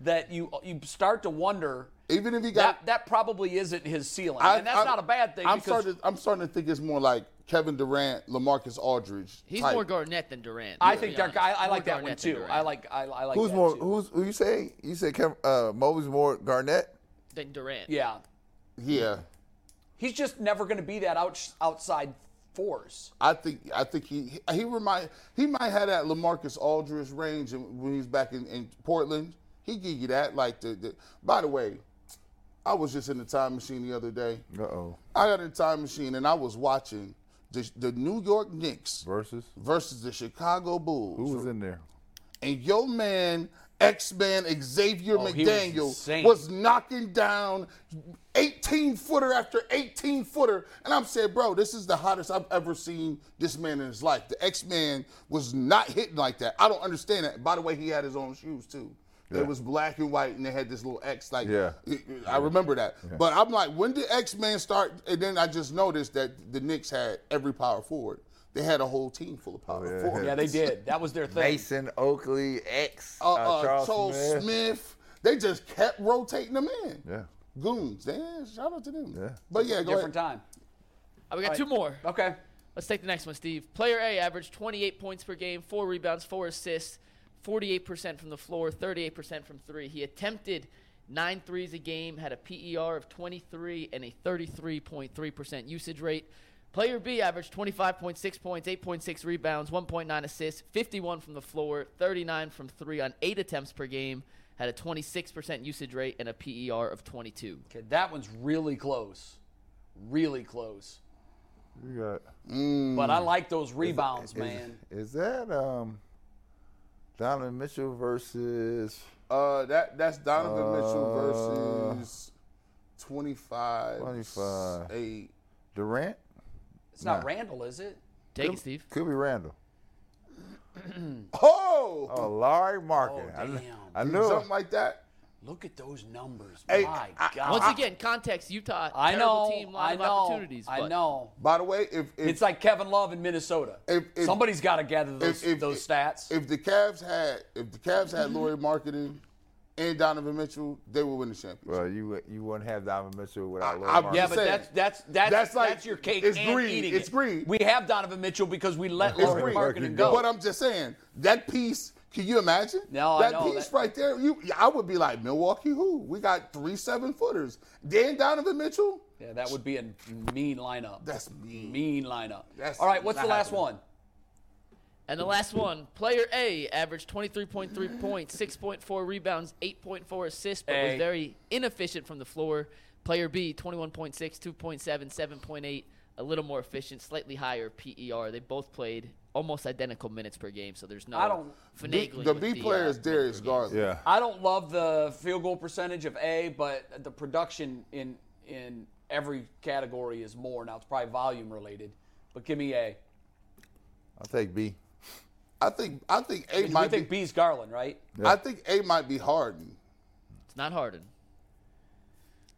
that you you start to wonder.
Even if he got,
that that probably isn't his ceiling, and that's
I- I-
not a bad thing.
I'm
because
starting. I'm starting to think it's more like Kevin Durant, LaMarcus Aldridge.
He's
type.
more Garnett than Durant.
I
to
think
be
that guy.
honest.
I
More
like that one
Garnett than
too.
Durant.
I like. I, I like.
Who's
that
more?
Too.
Who's who? You say? You say Kevin, uh, Mobley's more Garnett?
than Durant.
Yeah,
Yeah,
he's just never going to be that out, outside force.
I think. I think he he remind he might have that LaMarcus Aldridge range and when he's back in, in Portland. He give you that. Like the, the. By the way, I was just in the time machine the other day.
Uh oh.
I got in the time machine and I was watching the, the New York Knicks
Versus
versus the Chicago Bulls.
who was in there?
and your man X-Man Xavier
Oh, he was
McDaniel
insane.
was, knocking down 18 footer after 18 footer. And I'm saying, bro, this is the hottest I've ever seen this man in his life. The X-Man was not hitting like that. I don't understand that. By the way, he had his own shoes too. They
Yeah.
was black and white, and they had this little X. Like,
Yeah.
I remember that. But I'm like, when did X-Man start? And then I just noticed that the Knicks had every power forward. They had a whole team full of power
yeah.
forwards.
Yeah, they did. That was their thing.
Mason Oakley, X,
uh,
uh,
uh,
Charles,
Charles,
Smith.
Smith. They just kept rotating them in.
Yeah.
Goons. Yeah, shout out to them.
Yeah.
But yeah, go
Different
ahead.
time.
Oh, we got two more.
Okay.
Let's take the next one, Steve. Player A averaged 28 points per game, four rebounds, four assists, 48% from the floor, 38% from three. He attempted nine threes a game, had a PER of 23 and a 33.3% usage rate. Player B averaged 25.6 points, 8.6 rebounds, 1.9 assists, 51 from the floor, 39 from three on eight attempts per game, had a 26% usage rate and a PER of 22.
Okay, that one's really close. Really close.
You got.
But I like those rebounds, man.
Is that um, Donovan Mitchell versus?
Uh, that that's Donovan Mitchell versus 25.
25.
Eight.
Durant?
It's not Randall, is it?
Take it, Steve.
Could be Randall.
Oh,
Oh, Larry Market.
Oh, damn.
I, kn- I knew
something
it.
like that.
Look at those numbers.
Hey,
My
I-
God.
Once again, context Utah.
I
terrible
know.
Team, lot
I
of
know.
opportunities,
I
but-
know.
By the way, if, if
It's like Kevin Love in Minnesota.
If- if-
Somebody's got to gather those,
if- if-
those stats.
if the Cavs had if the Cavs had Laurie Marketing and Donovan Mitchell, they would win the championship.
Well, you would- you wouldn't have Donovan Mitchell without
I-
Larry
I'm
Market.
yeah,
just
but
saying.
that's that's that's that's,
That's like-
your cake
it's
and
green.
eating
It's
it.
green.
We have Donovan Mitchell because we let
It's
Laurie
green.
Marketing go.
But
But I'm just saying that piece. Can you imagine?
No, I
that
know
piece
that-
right there. You, I would be like Milwaukee. Who? We got three seven footers. Dan Donovan Mitchell.
yeah, that would be a mean lineup.
That's mean.
mean lineup.
That's
All right, what's
not
the last
happening.
one?
And the last one, player A averaged 23.3 points, 6.4 rebounds, 8.4 assists, but
A.
was very inefficient from the floor. Player B, 21.6, 2.7, 7.8, a little more efficient, slightly higher PER. They both played almost identical minutes per game, so there's no
I don't-
finagling.
The
with
B player
uh,
is Darius Garland.
Yeah.
I don't love the field goal percentage of A, but the production in in every category is more. Now it's probably volume related, but give me A.
I'll take B.
I think I think
I
A
mean, we
might
think
be,
B's Garland, right?
I think A might be Harden.
It's not Harden.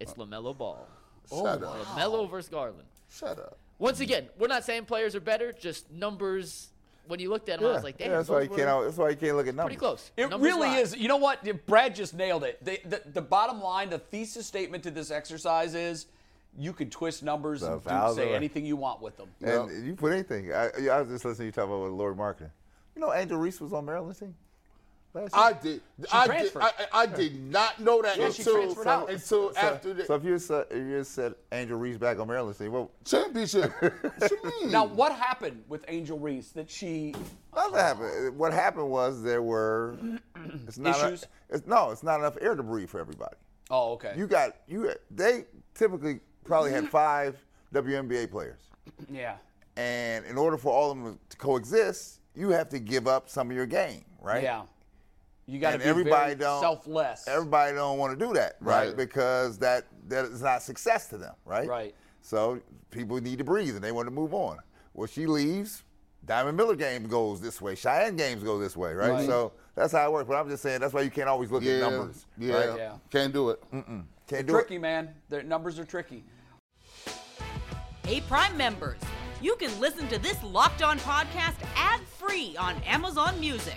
It's LaMelo Ball.
Oh
Shut up.
LaMelo versus Garland.
Shut up.
Once again, we're not saying players are better, just numbers. When you looked at them, I was like, damn,
that's why
those
you can't.
were
al- That's why you can't look at numbers.
pretty close.
It
Numbers
really
lie.
is. You know what? Brad just nailed it. The, the, the bottom line, the thesis statement to this exercise is you can twist numbers
The
and do,
valves
say
are-
anything you want with them.
And you put anything. I, I was just listening to you talk about with Lord Marketing. You know, Angel Reese was on Maryland's team. Last year.
I did. I did,
transferred.
I, I I did not know that
Yeah, she
until
transferred out.
until after the
So if you said, if you said Angel Reese back on Maryland's team, well,
championship. what you mean?
Now, what happened with Angel Reese that she
nothing happened. What happened was there were it's not a-
Issues?
it's, no, it's not enough air debris for everybody.
Oh, okay.
You got you. They typically probably had five WNBA players,
yeah.
and in order for all of them to coexist, you have to give up some of your game, right?
Yeah. You got to
And
be
everybody
everybody
don't-
selfless.
everybody don't want to do that, right?
Right.
Because that that is not success to them, right?
Right.
So people need to breathe and they want to move on. Well, she leaves. Diamond Miller game goes this way. Cheyenne games go this way, right?
Right.
So that's how it works. But I'm just saying that's why you can't always look
yeah,
at numbers.
Yeah.
right?
Yeah.
Can't do it.
Can't do it.
tricky, man. Their numbers are tricky.
Hey, Prime members, you can listen to this Locked On podcast ad free on Amazon Music.